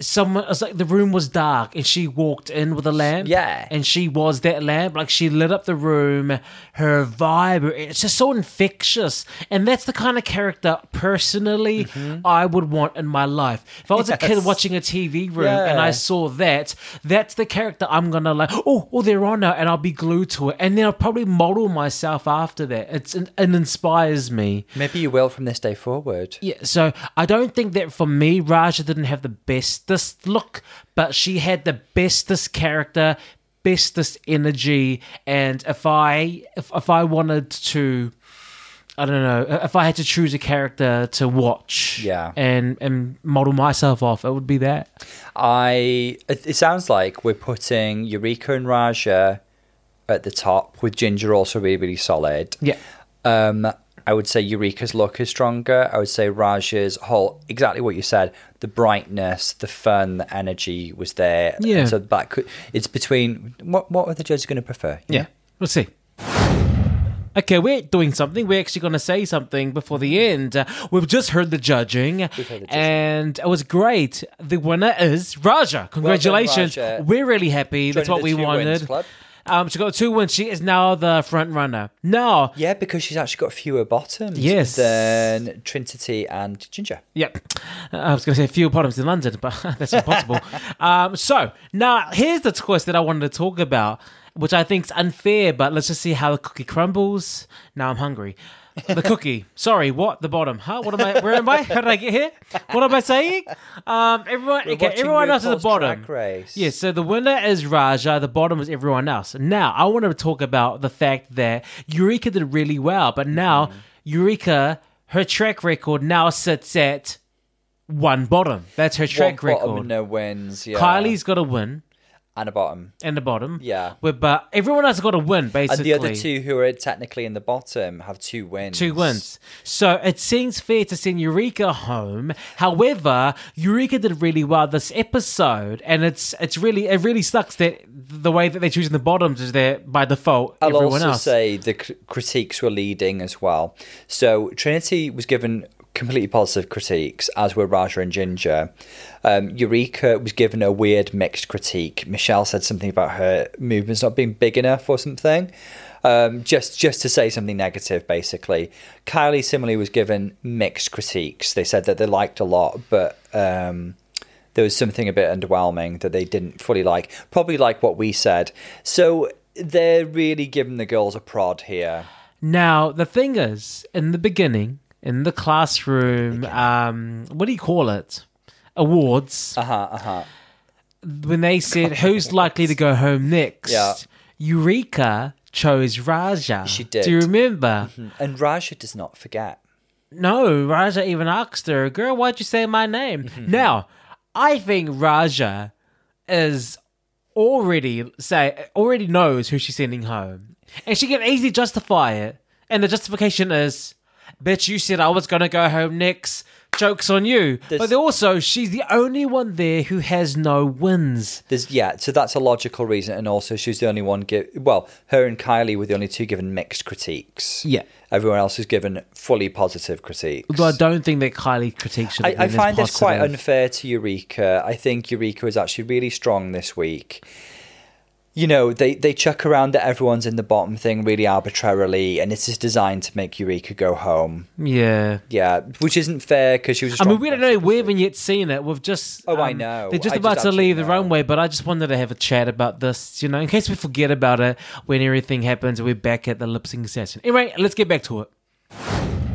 A: someone. It's like the room was dark, and she walked in with a lamp.
B: Yeah.
A: and she was that lamp. Like she lit up the room. Her vibe. It's just so infectious, and that's the kind of character personally I would want in my life. If I was a kid
B: Mm-hmm. Yes.
A: watching a TV room and
B: Yeah.
A: I saw that, that's the character I'm gonna like. Oh, oh, they're on now, and I'll be glued to it, and then I'll probably model myself after that. It's it inspires me.
B: Maybe you will from this day forward.
A: Yeah, so I don't think that for me, Raja didn't have the bestest look, but she had the bestest character, bestest energy, and if I if, if I wanted to. I don't know if I had to choose a character to watch,
B: Yeah.
A: and and model myself off, it would be that.
B: I. It it sounds like we're putting Eureka and Raja at the top, with Ginger also really, really solid.
A: Yeah.
B: Um, I would say Eureka's look is stronger. I would say Raja's whole exactly what you said. The brightness, the fun, the energy was there.
A: Yeah.
B: So that could it's between what what are the judges going to prefer?
A: Yeah. We'll see. Okay, we're doing something. We're actually going to say something before the end. Uh, we've just heard the judging,
B: heard the judging.
A: and it was great. The winner is Raja. Congratulations.
B: Raja.
A: We're really happy. That's
B: Joining
A: what
B: the
A: we
B: two wins
A: wanted.
B: club.
A: Um, she got two wins. She is now the front runner. Now,
B: Yeah, because she's actually got fewer bottoms
A: Yes.
B: than Trinity and Ginger.
A: Yep. I was going to say fewer bottoms in London, but that's impossible. um, so now here's the twist that I wanted to talk about, which I think's unfair, but let's just see how the cookie crumbles. Now I'm hungry. The cookie. Sorry, what? The bottom? Huh? What am I? Where am I? How did I get here? What am I saying? Um, everyone. okay,
B: watching
A: everyone else is the
B: RuPaul's
A: bottom.
B: Drag Race.
A: Yes. So the winner is Raja. The bottom is everyone else. Now I want to talk about the fact that Eureka did really well, but now
B: Mm-hmm.
A: Eureka, her track record now sits at one bottom. That's her track
B: One bottom
A: record.
B: and no wins. Yeah.
A: Kylie's got a win
B: and a bottom.
A: in the bottom.
B: Yeah.
A: But, but everyone else got a win
B: And
A: basically.
B: the other two who are technically in the bottom have two wins.
A: Two wins. So it seems fair to send Eureka home. However, Eureka did really well this episode, and it's it's really it really sucks that the way that they're choosing the bottoms is that by default
B: I'll
A: everyone
B: also
A: else.
B: say the c- critiques were leading as well. So Trinity was given completely positive critiques, as were Raja and Ginger. Um, Eureka was given a weird mixed critique. Michelle said something about her movements not being big enough or something. Um, just just to say something negative, basically. Kylie similarly was given mixed critiques. They said that they liked a lot, but um, there was something a bit underwhelming that they didn't fully like. Probably like what we said. So they're really giving the girls a prod here.
A: Now, the thing is, in the beginning, in the classroom, um, what do you call it? Awards.
B: Uh huh. Uh huh.
A: When they said who's likely to go home next,
B: Yeah.
A: Eureka chose Raja.
B: She did.
A: Do you remember?
B: And Raja does not forget.
A: No, Raja even asked her, Girl, why'd you say my name? Now, I think Raja is already say already knows who she's sending home. And she can easily justify it. And the justification is, bitch, you said I was gonna go home next. Joke's on you. but also she's the only one there who has no wins.
B: There's yeah, so that's a logical reason, and also she's the only one give. Well, her and Kylie were the only two given mixed critiques.
A: Yeah.
B: everyone else is given fully positive critiques.
A: Although I don't think that Kylie critique should
B: I,
A: have
B: I
A: been as
B: find this quite
A: positive.
B: unfair to Eureka. I think Eureka is actually really strong this week. You know, they, they chuck around that everyone's in the bottom thing really arbitrarily, and it's just designed to make Eureka go home.
A: Yeah.
B: Yeah, which isn't fair because she was. A
A: I
B: strong
A: mean, we don't know.
B: contestant
A: We
B: this week.
A: haven't yet seen it. We've just. um,
B: Oh, I know.
A: They're just
B: I just
A: about to
B: actually
A: leave the
B: know.
A: runway, but I just wanted to have a chat about this, you know, in case we forget about it when everything happens and we're back at the lip sync session. Anyway, let's get back to it.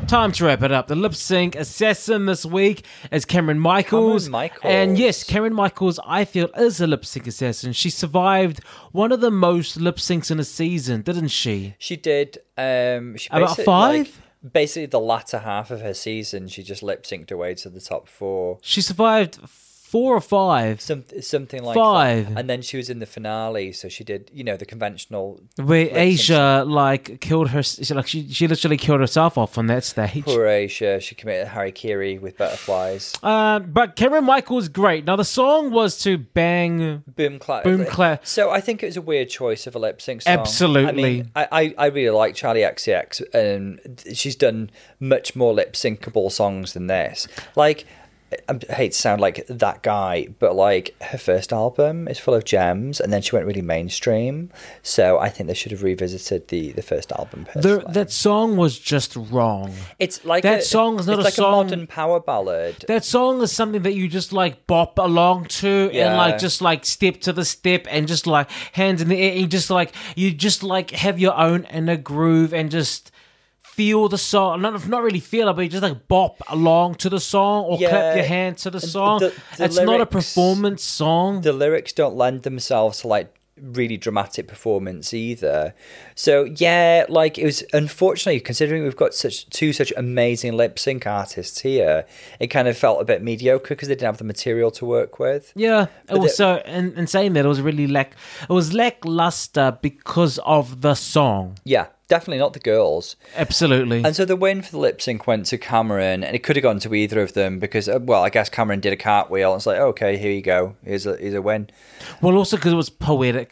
A: Time to wrap it up. The lip sync assassin this week is Cameron Michaels.
B: Cameron Michaels.
A: And yes, Cameron Michaels, I feel, is a lip sync assassin. She survived one of the most lip syncs in a season, didn't she?
B: She did. Um, she
A: About
B: basi-
A: five?
B: like, basically, the latter half of her season, she just lip synced her way to the top four.
A: She survived four or five.
B: Some, something like
A: Five.
B: That. And then she was in the finale, so she did, you know, the conventional.
A: Where
B: sync
A: Asia like killed her, she, like she, she literally killed herself off on that stage.
B: Poor Asia. She committed harikiri with butterflies.
A: Uh, but Cameron Michael's great. Now the song was to bang.
B: Boom clap.
A: Boom clap.
B: So I think it was a weird choice of a lip sync song. I,
A: Absolutely.
B: mean, I, I, I really like Charlie XCX, and th- she's done much more lip syncable songs than this. Like, I I hate to sound like that guy, but like her first album is full of gems, and then she went really mainstream. So I think they should have revisited the the first album.
A: The,
B: Personally.
A: that song was just wrong.
B: it's like
A: that
B: a,
A: song is not
B: it's
A: a
B: like
A: song-
B: a modern power ballad.
A: That song is something that you just like bop along to and
B: Yeah.
A: like just like step to the step and just like hands in the air. And just like you just like have your own inner groove and just feel the song. Not not really feel it, but you just like bop along to the song or clap
B: Yeah.
A: your hand to the song.
B: the- the
A: it's not a
B: lyrics-
A: performance song.
B: the lyrics don't lend themselves to like really dramatic performance either. So yeah, like it was unfortunately considering we've got such two such amazing lip sync artists here, it kind of felt a bit mediocre because they didn't have the material to work with.
A: Yeah.
B: the-
A: Also, in, in saying that, it was really lack. It was lackluster because of the song.
B: Yeah, definitely not the girls.
A: Absolutely.
B: And so the win for the lip sync went to Cameron, and it could have gone to either of them because, uh, well, I guess Cameron did a cartwheel. and It's like, okay, here you go, here's a here's a win.
A: well, also because it was poetic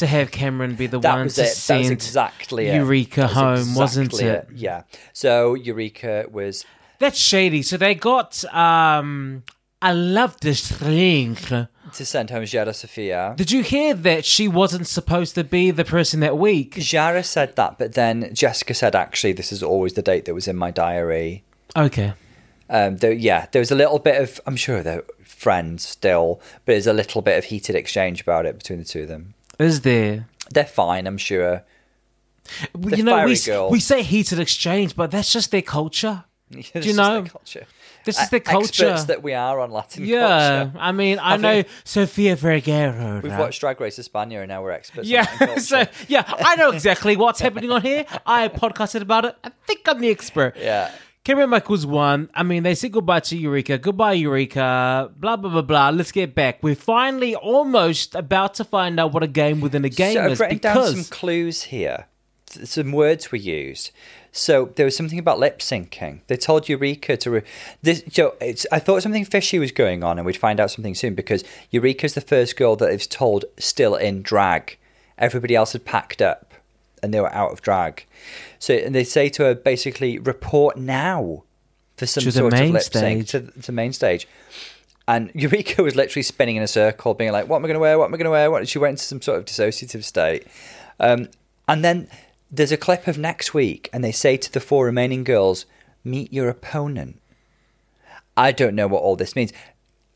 A: to have Cameron be the
B: That
A: one
B: was
A: to
B: it. That
A: send
B: was exactly it.
A: Eureka
B: That was
A: home, wasn't
B: exactly
A: it?
B: Yeah. So Eureka was
A: That's shady. So they got. um I love this thing.
B: to send home Jara Sofia.
A: Did you hear that she wasn't supposed to be the person that week?
B: Jara said that, but then Jessica said, actually, this is always the date that was in my diary.
A: Okay.
B: Um, though, yeah, there was a little bit of, I'm sure they're friends still, but there's a little bit of heated exchange about it between the two of them.
A: Is there?
B: They're fine, I'm sure.
A: you know, we,
B: fiery
A: s-
B: girl.
A: we say heated exchange, but that's just their culture.
B: This is
A: you
B: just
A: know?
B: their culture.
A: This is
B: Uh,
A: the culture.
B: Experts that we are on Latin
A: Yeah,
B: culture.
A: I mean, I
B: Have
A: know
B: you-
A: Sofia Vergara.
B: We've
A: right?
B: watched Drag Race España and now we're experts. on Latin
A: Yeah,
B: culture.
A: so yeah, I know exactly what's happening on here. I podcasted about it. I think I'm the expert.
B: Yeah.
A: Cameron Michaels won. I mean, they said goodbye to Eureka. Goodbye, Eureka. Blah blah blah blah. Let's get back. We're finally almost about to find out what a game within a game
B: so
A: is
B: I've written
A: because
B: down some clues here. Th- Some words were used. So there was something about lip syncing. They told Eureka to. Re- this, so it's, I thought something fishy was going on, and we'd find out something soon because Eureka's the first girl that they've told still in drag. Everybody else had packed up, and they were out of drag. So and they say to her basically, "Report now." for some
A: To the
B: sort of
A: main
B: lip sync
A: stage.
B: to, to the main stage. And Eureka was literally spinning in a circle, being like, "What am I going to wear? What am I going to wear?" What? She went into some sort of dissociative state. Um, and then there's a clip of next week, and they say to the four remaining girls, "Meet your opponent." I don't know what all this means.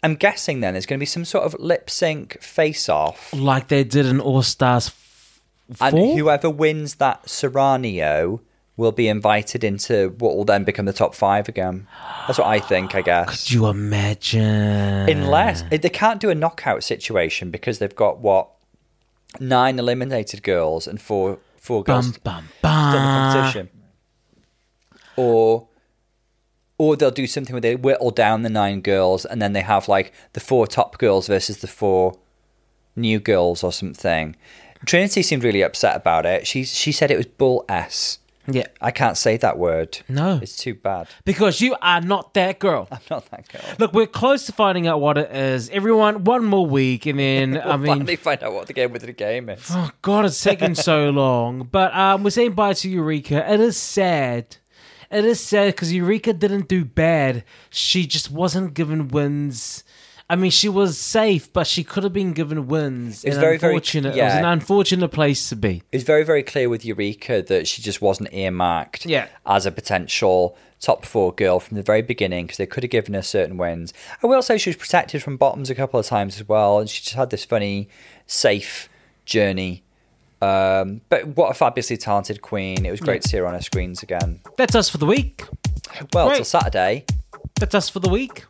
B: I'm guessing then there's going to be some sort of lip sync face off,
A: like they did in All Stars f-
B: and
A: four.
B: whoever wins that Serranio will be invited into what will then become the top five again. That's what I think. I guess.
A: Could you imagine?
B: Unless they can't do a knockout situation because they've got what nine eliminated girls and four four girls
A: bum Ah. bum
B: still in
A: bum.
B: the competition, or or they'll do something where they whittle down the nine girls and then they have like the four top girls versus the four new girls or something. Trinity seemed really upset about it. She she said it was bull s.
A: Yeah,
B: I can't say that word.
A: No.
B: it's too bad.
A: because you are not that girl.
B: I'm not that girl.
A: Look, we're close to finding out what it is. Everyone, one more week, and then I
B: Finally
A: mean,
B: find out what the game within the game is.
A: Oh God, it's taken so long. But um, we're saying bye to Eureka. It is sad. It is sad because Eureka didn't do bad. She just wasn't given wins. I mean, she was safe, but she could have been given wins. It
B: was very, very-
A: unfortunate. It was
B: yeah.
A: an unfortunate place to be.
B: It's very, very clear with Eureka that she just wasn't earmarked
A: Yeah.
B: as a potential top four girl from the very beginning because they could have given her certain wins. I will say she was protected from bottoms a couple of times as well, and she just had this funny, safe journey. Um, but what a fabulously talented queen. It was great to see her on her screens again.
A: That's us for the week.
B: Well,
A: Great.
B: till Saturday.
A: That's us for the week.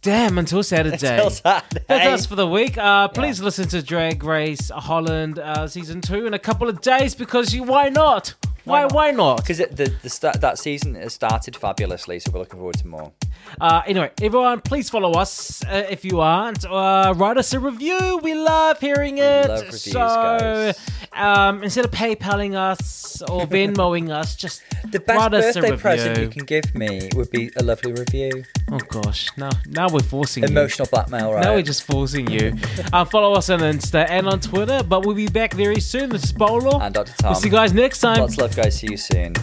A: Damn, until Saturday.
B: Till Saturday.
A: That's us for the week. Uh, please listen to Drag Race Holland uh, season two in a couple of days because you. Why not? Why?
B: not?
A: Why not?
B: Because the, the start, that season has started fabulously, so we're looking forward to more.
A: Uh, anyway, everyone, please follow us uh, if you aren't. Uh, write us a review. We love hearing it.
B: love reviews,
A: so,
B: guys.
A: Um, instead of PayPaling us or Venmoing us, just
B: The best
A: write us a
B: birthday
A: review.
B: present you can give me would be a lovely review.
A: Oh gosh, now now we're forcing you.
B: Emotional blackmail, right?
A: Now we're just forcing you. um, follow us on Insta and on Twitter, but we'll be back very soon. This is Bolo.
B: And um, Dr. Tom.
A: We'll see you guys next time.
B: Lots of love, guys. See you soon.